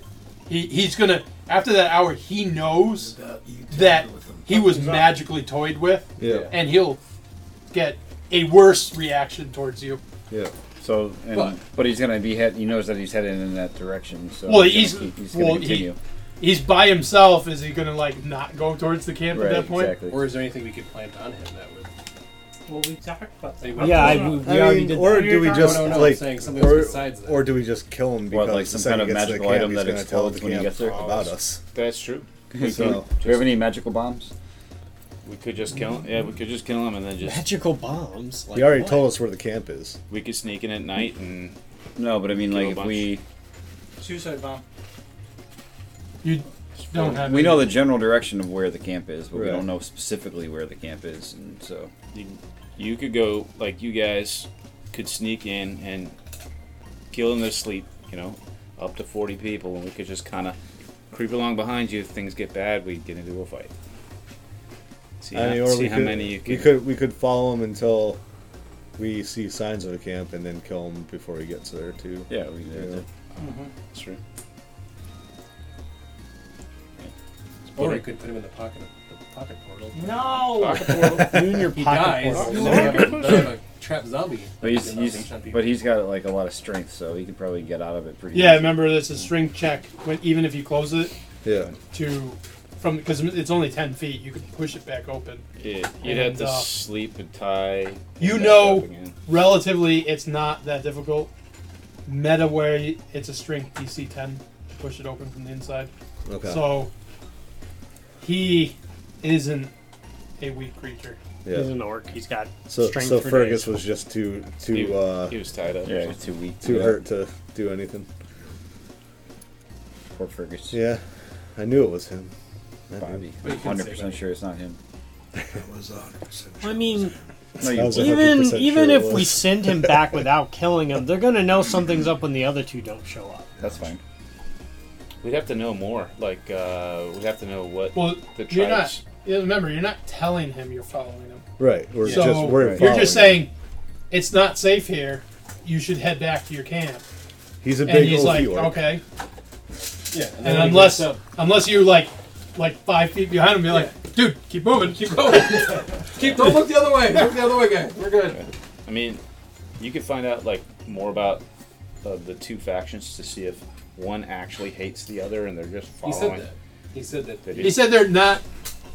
Speaker 3: He, he's gonna after that hour, he knows
Speaker 9: Uh,
Speaker 3: that he was magically toyed with,
Speaker 16: Yeah.
Speaker 3: and he'll get a worse reaction towards you.
Speaker 16: Yeah. So, and,
Speaker 3: But-
Speaker 16: but, he's gonna be head. He knows that he's headed in that direction. So
Speaker 3: well,
Speaker 16: he's,
Speaker 3: he's,
Speaker 16: gonna, keep- he's
Speaker 3: well,
Speaker 16: gonna continue.
Speaker 3: He, he's by himself. Is he gonna like not go towards the camp
Speaker 16: Right,
Speaker 3: at that point?
Speaker 16: exactly.
Speaker 6: Or is there anything we could plant on him that would?
Speaker 8: Well, we talked about
Speaker 6: that.
Speaker 4: Yeah, I- we- we I already mean, did or that. do we just,
Speaker 6: no, no,
Speaker 4: like-
Speaker 6: I'm saying something else
Speaker 4: or-
Speaker 6: besides that.
Speaker 4: or do we just kill him
Speaker 16: What,
Speaker 4: because
Speaker 16: like
Speaker 4: the
Speaker 16: some
Speaker 4: second
Speaker 16: kind of
Speaker 4: he gets to the
Speaker 16: magical
Speaker 4: camp,
Speaker 16: item
Speaker 4: he's
Speaker 16: that
Speaker 4: gonna tell
Speaker 16: explodes
Speaker 4: the
Speaker 16: when he
Speaker 4: camp
Speaker 16: gets there?
Speaker 4: about us?
Speaker 2: That's true.
Speaker 16: We
Speaker 2: So-
Speaker 16: can- do we have any magical bombs?
Speaker 2: We could just kill him. Yeah, we could just kill him and then just.
Speaker 8: Magical bombs.
Speaker 4: he already told us where the camp is.
Speaker 2: We could sneak in at night and.
Speaker 16: No, but I mean,
Speaker 2: kill
Speaker 16: like
Speaker 2: a
Speaker 16: if
Speaker 2: bunch.
Speaker 16: we
Speaker 8: Suicide bomb.
Speaker 3: You don't have.
Speaker 16: we
Speaker 3: any-
Speaker 16: know the general direction of where the camp is, but we
Speaker 2: Right.
Speaker 16: don't know specifically where the camp is, and so
Speaker 2: You, you could go like you guys could sneak in and kill in their sleep. You know, up to forty people, and we could just kind of creep along behind you. If things get bad, we get into a fight. See,
Speaker 4: I mean,
Speaker 2: how,
Speaker 4: or
Speaker 2: see
Speaker 4: we
Speaker 2: how
Speaker 4: could,
Speaker 2: many you
Speaker 4: we
Speaker 2: can.
Speaker 4: could we could follow him until we see signs of a camp and then kill him before he gets there too.
Speaker 16: Yeah, we
Speaker 4: You
Speaker 16: can do
Speaker 4: know?
Speaker 16: that.
Speaker 2: That's true.
Speaker 6: Or we could put him in the pocket of the pocket portal.
Speaker 8: No!
Speaker 6: Pocket portal.
Speaker 8: You and your
Speaker 6: he
Speaker 8: pocket
Speaker 6: dies.
Speaker 8: portal.
Speaker 6: then we have a- then we have a trap zombie.
Speaker 16: But he's,
Speaker 6: Nothing
Speaker 16: he's
Speaker 6: shall be-
Speaker 16: but he's got like a lot of strength, so he could probably get out of it pretty.
Speaker 3: Yeah,
Speaker 16: easy.
Speaker 3: remember that's a string check. When, even if you close it,
Speaker 4: Yeah.
Speaker 3: to from because it's only ten feet, you can push it back open.
Speaker 2: Yeah, you'd have
Speaker 3: And,
Speaker 2: to
Speaker 3: uh,
Speaker 2: sleep and tie. back
Speaker 3: You
Speaker 2: up
Speaker 3: know,
Speaker 2: again.
Speaker 3: relatively, it's not that difficult. Meta way, it's a strength DC 10 to push it open from the inside.
Speaker 4: Okay.
Speaker 3: So he isn't a weak creature.
Speaker 4: Yeah. He's an
Speaker 8: orc. He's got
Speaker 4: So so Fergus was just too too
Speaker 2: He-
Speaker 4: uh
Speaker 2: he was tied up or Yeah, something. too weak.
Speaker 4: too
Speaker 2: Yeah.
Speaker 4: hurt to do anything.
Speaker 16: Poor Fergus.
Speaker 4: Yeah, I knew it was him. I knew.
Speaker 16: Bobby. I'm 100% sure it's not him. That was 100%.
Speaker 8: I mean,
Speaker 16: No, you Sounds wouldn't.
Speaker 8: even
Speaker 16: 100%
Speaker 8: even
Speaker 16: sure it
Speaker 8: if we
Speaker 16: was.
Speaker 8: send him back without killing him, they're gonna know something's up when the other two don't show up.
Speaker 16: That's fine.
Speaker 2: We'd have to know more. Like uh, we'd have to know what
Speaker 3: Well,
Speaker 2: the
Speaker 3: you're
Speaker 2: tribes.
Speaker 3: not. yeah, Remember, you're not telling him you're following him.
Speaker 4: Right, we're
Speaker 3: so
Speaker 4: just- we're
Speaker 3: you're
Speaker 4: following him.
Speaker 3: just saying it's not safe here. You should head back to your camp.
Speaker 4: He's a
Speaker 3: And
Speaker 4: big
Speaker 3: he's
Speaker 4: old
Speaker 3: like,
Speaker 4: orc.
Speaker 3: okay.
Speaker 6: Yeah,
Speaker 3: and,
Speaker 6: and then he
Speaker 3: unless
Speaker 6: wakes up.
Speaker 3: unless you like like five feet behind him, you're like, dude, keep moving, keep going, keep
Speaker 6: Don't look the other way. Look the other way, guy. We're good.
Speaker 2: I mean, you could find out like more about uh, the two factions to see if one actually hates the other and they're just
Speaker 6: He
Speaker 2: following.
Speaker 6: said that. He said that.
Speaker 2: They do.
Speaker 3: He said they're not.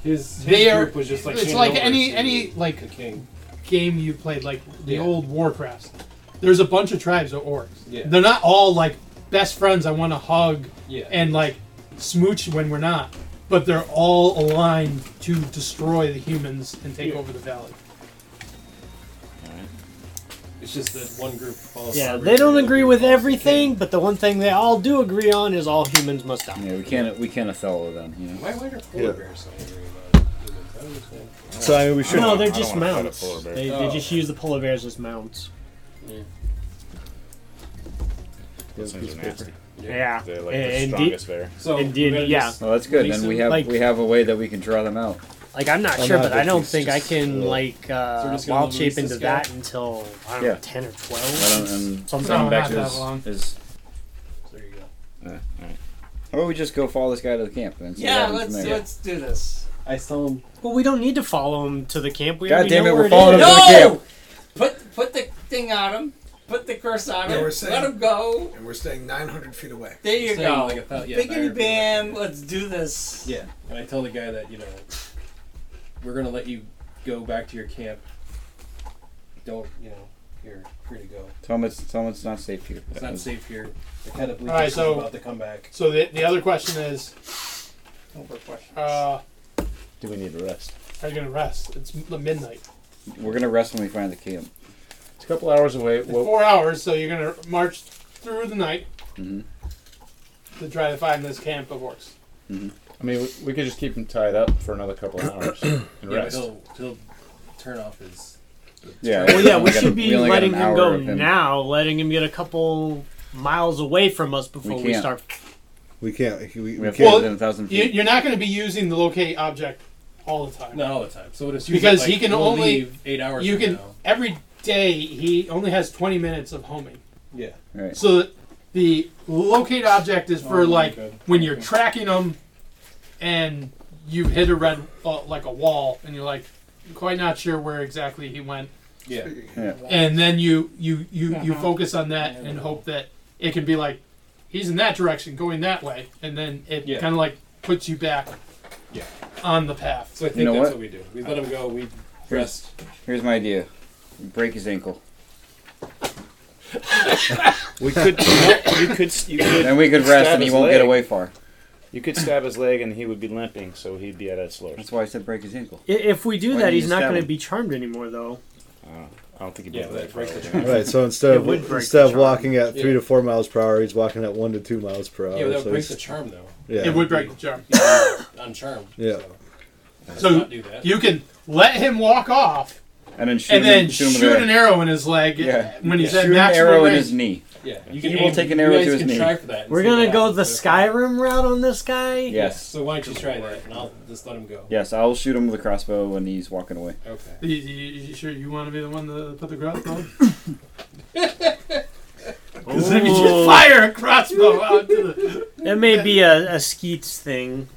Speaker 6: His, his
Speaker 3: they are.
Speaker 6: group was just like
Speaker 3: it's
Speaker 6: handed
Speaker 3: like
Speaker 6: over
Speaker 3: any
Speaker 6: to
Speaker 3: any like
Speaker 6: the king.
Speaker 3: game you played, like the
Speaker 6: Yeah.
Speaker 3: old Warcrafts. There's a bunch of tribes of orcs.
Speaker 6: Yeah.
Speaker 3: They're not all like best friends. I want to hug
Speaker 6: Yeah.
Speaker 3: and like smooch when we're not, but they're all aligned to destroy the humans and take over the valley.
Speaker 6: It's just that one group follows.
Speaker 8: Yeah,
Speaker 6: Harvard
Speaker 8: they don't
Speaker 6: and the other
Speaker 8: agree
Speaker 6: group
Speaker 8: with
Speaker 6: follows the
Speaker 8: everything, but the one thing they all do agree on is all humans must die.
Speaker 16: Yeah, we can't we can't Othello them. You know.
Speaker 6: king. Why were there polar
Speaker 16: Yeah.
Speaker 6: bears so angry about it?
Speaker 4: So I mean, we should.
Speaker 8: No, they're just mounts. They, they just use the polar bears as mounts. Yeah.
Speaker 12: Those things are nasty.
Speaker 8: Yeah.
Speaker 12: They're like
Speaker 8: And-
Speaker 12: the
Speaker 8: and
Speaker 12: strongest
Speaker 8: D-
Speaker 12: bear.
Speaker 8: So and D- we're gonna yeah. just-
Speaker 2: Well, that's good. Then
Speaker 8: Mason,
Speaker 2: we have
Speaker 8: like-
Speaker 2: we have a way that we can draw them out.
Speaker 8: Like I'm not
Speaker 2: I'm
Speaker 8: sure,
Speaker 2: not
Speaker 8: but I don't
Speaker 2: confused,
Speaker 8: think I
Speaker 2: just
Speaker 8: can
Speaker 2: little-
Speaker 8: like
Speaker 2: So we're
Speaker 8: uh,
Speaker 2: just gonna
Speaker 8: wild shape
Speaker 2: release
Speaker 8: into
Speaker 2: this guy?
Speaker 8: that until I don't
Speaker 2: Yeah.
Speaker 8: know ten or
Speaker 2: I don't,
Speaker 8: twelve.
Speaker 2: and
Speaker 8: Something
Speaker 2: going back
Speaker 8: like
Speaker 2: to his, his-
Speaker 6: There you go.
Speaker 2: uh, all right. Or we just go follow this guy to the camp and see
Speaker 5: Yeah,
Speaker 2: what happens
Speaker 5: let's
Speaker 2: from there.
Speaker 5: let's do this.
Speaker 6: I saw him.
Speaker 8: Well, we don't need to follow him to the camp. We
Speaker 2: God
Speaker 8: already
Speaker 2: damn
Speaker 8: know
Speaker 2: it,
Speaker 8: where
Speaker 2: we're following
Speaker 8: is.
Speaker 2: him to the
Speaker 5: No! camp. Put put the thing on him. Put the curse on
Speaker 2: Yeah,
Speaker 5: him.
Speaker 2: we're
Speaker 5: Let
Speaker 2: saying-
Speaker 5: him go.
Speaker 1: And we're staying 900 feet away.
Speaker 5: There you
Speaker 6: Saying
Speaker 5: go.
Speaker 6: like a thou- yeah,
Speaker 5: Biggity
Speaker 6: thou-
Speaker 5: bam. Let's do this.
Speaker 6: Yeah, and I tell the guy that you know we're gonna let you go back to your camp. Don't you know you're free to go.
Speaker 2: Tell him it's tell him it's not safe here.
Speaker 6: It's not safe here. The kind of
Speaker 3: All right, so
Speaker 6: about to come back.
Speaker 3: So the, the other question is, uh,
Speaker 2: Do we need to rest?
Speaker 3: are you gonna rest? It's m- midnight.
Speaker 2: We're gonna rest when we find the camp.
Speaker 12: It's a couple hours away.
Speaker 2: Oh.
Speaker 3: It's four hours, so you're gonna march through the night
Speaker 2: Mm-hmm.
Speaker 3: to try to find this camp of orcs.
Speaker 12: I mean, we, we could just keep him tied up for another couple of hours and
Speaker 6: Yeah, but
Speaker 12: rest.
Speaker 6: he'll he'll turn off his.
Speaker 12: Yeah.
Speaker 8: Well, yeah, we
Speaker 12: We got a-
Speaker 8: should be
Speaker 12: we only got
Speaker 8: letting
Speaker 12: an
Speaker 8: him
Speaker 12: hour
Speaker 8: go
Speaker 12: of him.
Speaker 8: now, letting him get a couple miles away from us before we,
Speaker 12: can't.
Speaker 8: start.
Speaker 4: We can't. We, we,
Speaker 2: We have
Speaker 4: can't.
Speaker 2: to within a thousand
Speaker 3: You,
Speaker 2: feet.
Speaker 3: you're not gonna be using the locate object all the time.
Speaker 6: Not all the time. So it assumes
Speaker 3: because
Speaker 6: that,
Speaker 3: he
Speaker 6: like,
Speaker 3: can
Speaker 6: we'll
Speaker 3: only
Speaker 6: leave eight hours.
Speaker 3: You
Speaker 6: from
Speaker 3: can
Speaker 6: now.
Speaker 3: every day. He only has 20 minutes of homing.
Speaker 6: Yeah.
Speaker 2: Right.
Speaker 3: So the- the locate object is for
Speaker 6: Oh,
Speaker 3: like
Speaker 6: okay.
Speaker 3: when you're tracking them, and you've hit a red uh, like a wall, and you're like quite not sure where exactly he went,
Speaker 6: Yeah.
Speaker 2: Yeah.
Speaker 3: and then you you you you
Speaker 6: Uh-huh.
Speaker 3: focus on that and hope that it can be like he's in that direction going that way, and then it
Speaker 6: Yeah.
Speaker 3: kind of like puts you back
Speaker 6: Yeah.
Speaker 3: on the path.
Speaker 6: So I think
Speaker 2: know
Speaker 6: that's what?
Speaker 2: what?
Speaker 6: we do. We let him go. We
Speaker 2: Here's,
Speaker 6: rest.
Speaker 2: here's my idea. Break his ankle.
Speaker 12: We could. no, you could. You could.
Speaker 2: Then we could rest
Speaker 12: stab
Speaker 2: and he
Speaker 12: his
Speaker 2: won't get
Speaker 12: leg.
Speaker 2: away far.
Speaker 12: You could stab his leg and he would be limping, so he'd be at its lowest.
Speaker 2: That's why I said break his ankle.
Speaker 8: I- If we do
Speaker 2: Why
Speaker 8: that,
Speaker 2: didn't
Speaker 8: he's
Speaker 2: you
Speaker 8: not
Speaker 2: stab
Speaker 8: going to
Speaker 2: him?
Speaker 8: be charmed anymore, though.
Speaker 12: I don't know. I don't think he'd be
Speaker 6: Yeah,
Speaker 12: able
Speaker 6: that
Speaker 12: to
Speaker 6: breaks
Speaker 12: break
Speaker 6: the
Speaker 12: the
Speaker 6: charm.
Speaker 4: Right, so instead
Speaker 8: It would
Speaker 4: of
Speaker 8: break
Speaker 4: instead
Speaker 8: the
Speaker 4: of walking at three
Speaker 6: Yeah.
Speaker 4: to four miles per hour, he's walking at one to two miles per hour.
Speaker 6: Yeah, that would
Speaker 4: so
Speaker 6: break
Speaker 4: he's-
Speaker 6: the charm though.
Speaker 4: Yeah.
Speaker 3: It would break the charm.
Speaker 6: Uncharmed.
Speaker 4: Yeah.
Speaker 6: So let's
Speaker 3: So
Speaker 6: not do that.
Speaker 3: you can let him walk off
Speaker 2: And then shoot
Speaker 3: and
Speaker 2: him-
Speaker 3: then
Speaker 2: shoot him
Speaker 3: shoot,
Speaker 2: in the
Speaker 3: an
Speaker 2: eye.
Speaker 3: arrow in his leg
Speaker 2: Yeah.
Speaker 3: when he's
Speaker 2: shoot
Speaker 3: at
Speaker 2: an
Speaker 3: maximum
Speaker 2: arrow in
Speaker 3: range.
Speaker 2: his knee.
Speaker 6: Yeah. You
Speaker 2: He will
Speaker 6: aim-
Speaker 2: take an arrow
Speaker 6: you guys
Speaker 2: to his
Speaker 6: can
Speaker 2: knee.
Speaker 6: Try for that and
Speaker 8: We're
Speaker 6: see what
Speaker 8: going to go the
Speaker 6: happens.
Speaker 8: Skyrim route on this guy.
Speaker 2: Yes.
Speaker 6: So why don't you try that and I'll just let him go.
Speaker 2: Yes, I'll shoot him with a crossbow when he's walking away.
Speaker 6: Okay.
Speaker 3: You, you- you sure you want to be the one to put the crossbow? on? Because if you
Speaker 8: Ooh.
Speaker 3: fire a crossbow out to the
Speaker 8: That may be a, a Skeets thing,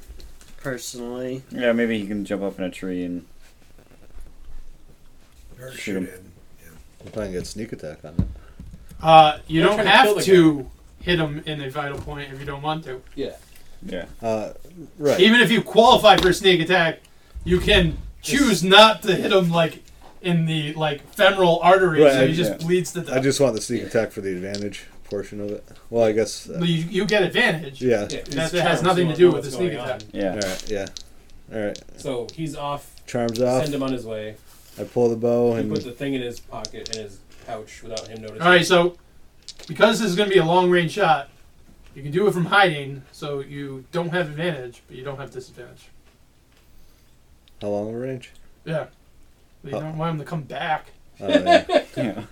Speaker 8: personally.
Speaker 2: Yeah, maybe he can jump up in a tree and
Speaker 1: Or
Speaker 2: shoot him.
Speaker 4: We'll probably get sneak attack on it.
Speaker 3: uh, you
Speaker 6: We're
Speaker 3: don't
Speaker 6: trying to
Speaker 3: have
Speaker 6: kill
Speaker 3: to,
Speaker 6: the
Speaker 3: hit him in a vital point if you don't want to.
Speaker 6: Yeah.
Speaker 2: Yeah.
Speaker 4: Uh, right.
Speaker 3: Even if you qualify for sneak attack, you can choose not to hit him like in the like femoral artery,
Speaker 4: Right,
Speaker 3: so
Speaker 4: I-
Speaker 3: he just
Speaker 4: yeah.
Speaker 3: bleeds to death.
Speaker 4: I just want the sneak attack for the advantage portion of it. Well, I guess.
Speaker 3: you,
Speaker 4: Uh,
Speaker 3: you get advantage.
Speaker 4: yeah.
Speaker 6: Yeah,
Speaker 3: That,
Speaker 6: he's
Speaker 3: that has
Speaker 6: charmed,
Speaker 3: nothing
Speaker 6: so
Speaker 3: to
Speaker 6: you
Speaker 3: do
Speaker 6: don't
Speaker 3: with the
Speaker 6: know
Speaker 3: sneak
Speaker 6: what's
Speaker 3: attack.
Speaker 6: going
Speaker 2: Yeah.
Speaker 4: All right. Yeah. All right.
Speaker 6: on. So he's off.
Speaker 4: Charms off.
Speaker 6: Send him on his way.
Speaker 4: I pull the bow
Speaker 6: You
Speaker 4: and
Speaker 6: put the thing in his pocket in his pouch without him noticing.
Speaker 3: All right, so because this is going to be a long range shot, you can do it from hiding, so you don't have advantage, but you don't have disadvantage.
Speaker 4: how long of a range?
Speaker 3: Yeah, but you
Speaker 4: Oh.
Speaker 3: don't want him to come back.
Speaker 4: Oh, yeah.
Speaker 2: Yeah.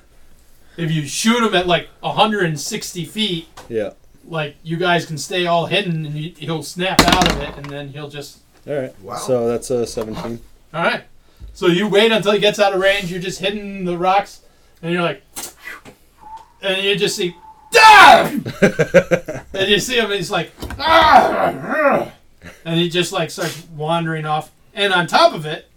Speaker 3: If you shoot him at like 160 feet,
Speaker 4: yeah.
Speaker 3: like you guys can stay all hidden, and he, he'll snap out of it, and then he'll just.
Speaker 4: All right.
Speaker 1: Wow.
Speaker 4: So that's a seventeen.
Speaker 3: All right, so you wait until he gets out of range. You're just hitting the rocks, and you're like, and you just see, dive, and you see him, and he's like, "Ah!" and he just like starts wandering off. And on top of it,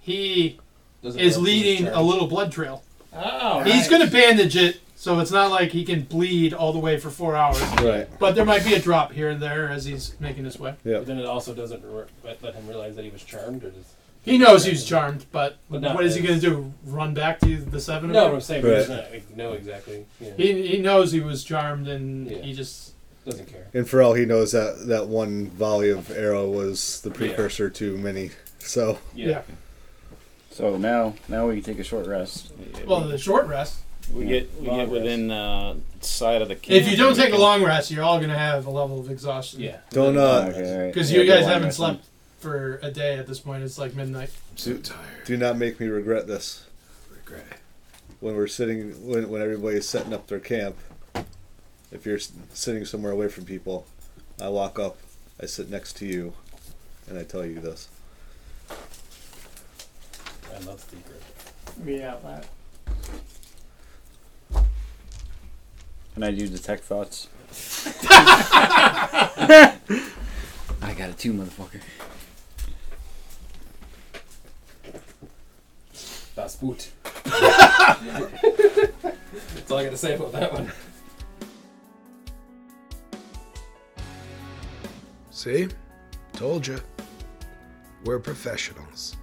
Speaker 3: he
Speaker 6: Doesn't
Speaker 3: is
Speaker 6: know if he's
Speaker 3: leading
Speaker 6: charmed.
Speaker 3: a little blood trail.
Speaker 5: Oh,
Speaker 3: He's
Speaker 5: nice.
Speaker 3: gonna bandage it, so it's not like he can bleed all the way for four hours.
Speaker 4: Right.
Speaker 3: But there might be a drop here and there as he's making his way.
Speaker 4: Yeah.
Speaker 6: But then it also doesn't re- let let him realize that he was charmed or just.
Speaker 3: He knows he's charmed, but
Speaker 6: But not
Speaker 3: what is he
Speaker 6: as-
Speaker 3: gonna do? Run back to the seven? of
Speaker 6: No,
Speaker 3: you?
Speaker 6: I'm saying
Speaker 4: Right.
Speaker 6: he doesn't like, know exactly. Yeah.
Speaker 3: He, he knows he was charmed and
Speaker 6: Yeah.
Speaker 3: he just
Speaker 6: doesn't care.
Speaker 4: And for all he knows, that that one volley of arrow was the precursor to many. So
Speaker 3: yeah.
Speaker 2: So now now we can take a short rest.
Speaker 3: Well, the short rest.
Speaker 12: We get we get within uh, sight of the camp.
Speaker 3: If you don't
Speaker 12: and we
Speaker 3: take a
Speaker 12: can-
Speaker 3: long rest, you're all gonna have a level of exhaustion.
Speaker 6: Yeah.
Speaker 4: don't uh,
Speaker 2: Okay, all right.
Speaker 3: because
Speaker 2: Yeah,
Speaker 3: you
Speaker 2: do a
Speaker 3: guys
Speaker 2: long
Speaker 3: haven't
Speaker 2: rest
Speaker 3: slept for a day at this point. It's like midnight.
Speaker 4: Do, do not make me regret this. Regret it. When we're sitting, when, when everybody's setting up their camp, if you're s- sitting somewhere away from people, I walk up, I sit next to you, and I tell you this.
Speaker 7: I love the grip.
Speaker 5: Read out loud.
Speaker 2: Can I do detect thoughts? I got it too, motherfucker.
Speaker 6: That's boot. That's all I gotta say about that one.
Speaker 1: See? Told you. We're professionals.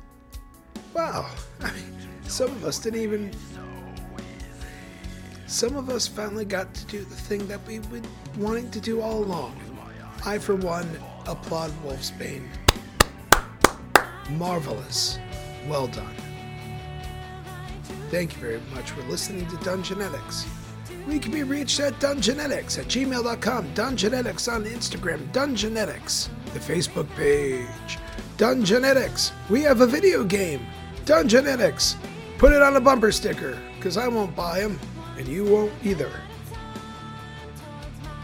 Speaker 1: Wow. I mean, some of us didn't even. Some of us finally got to do the thing that we've been wanting to do all along. I, for one, applaud Wolfsbane. Marvelous. Well done. Thank you very much for listening to Dungeonetics. We can be reached at Dungeonetics at gmail.com, Dungeonetics on Instagram, Dungeonetics, the Facebook page, Dungeonetics. We have a video game, Dungeonetics. Put it on a bumper sticker, because I won't buy them, and you won't either.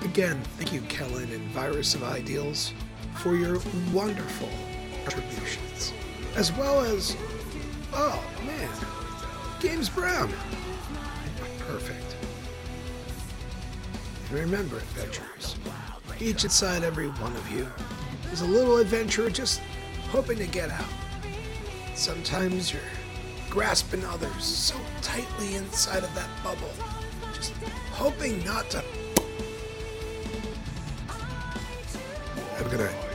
Speaker 1: Again, thank you, Kellen and Virus of Ideals, for your wonderful contributions. As well as, oh man, James Brown. Perfect. And remember, adventurers, each inside every one of you is a little adventurer just hoping to get out. Sometimes you're grasping others so tightly inside of that bubble, just hoping not to. Have a good night.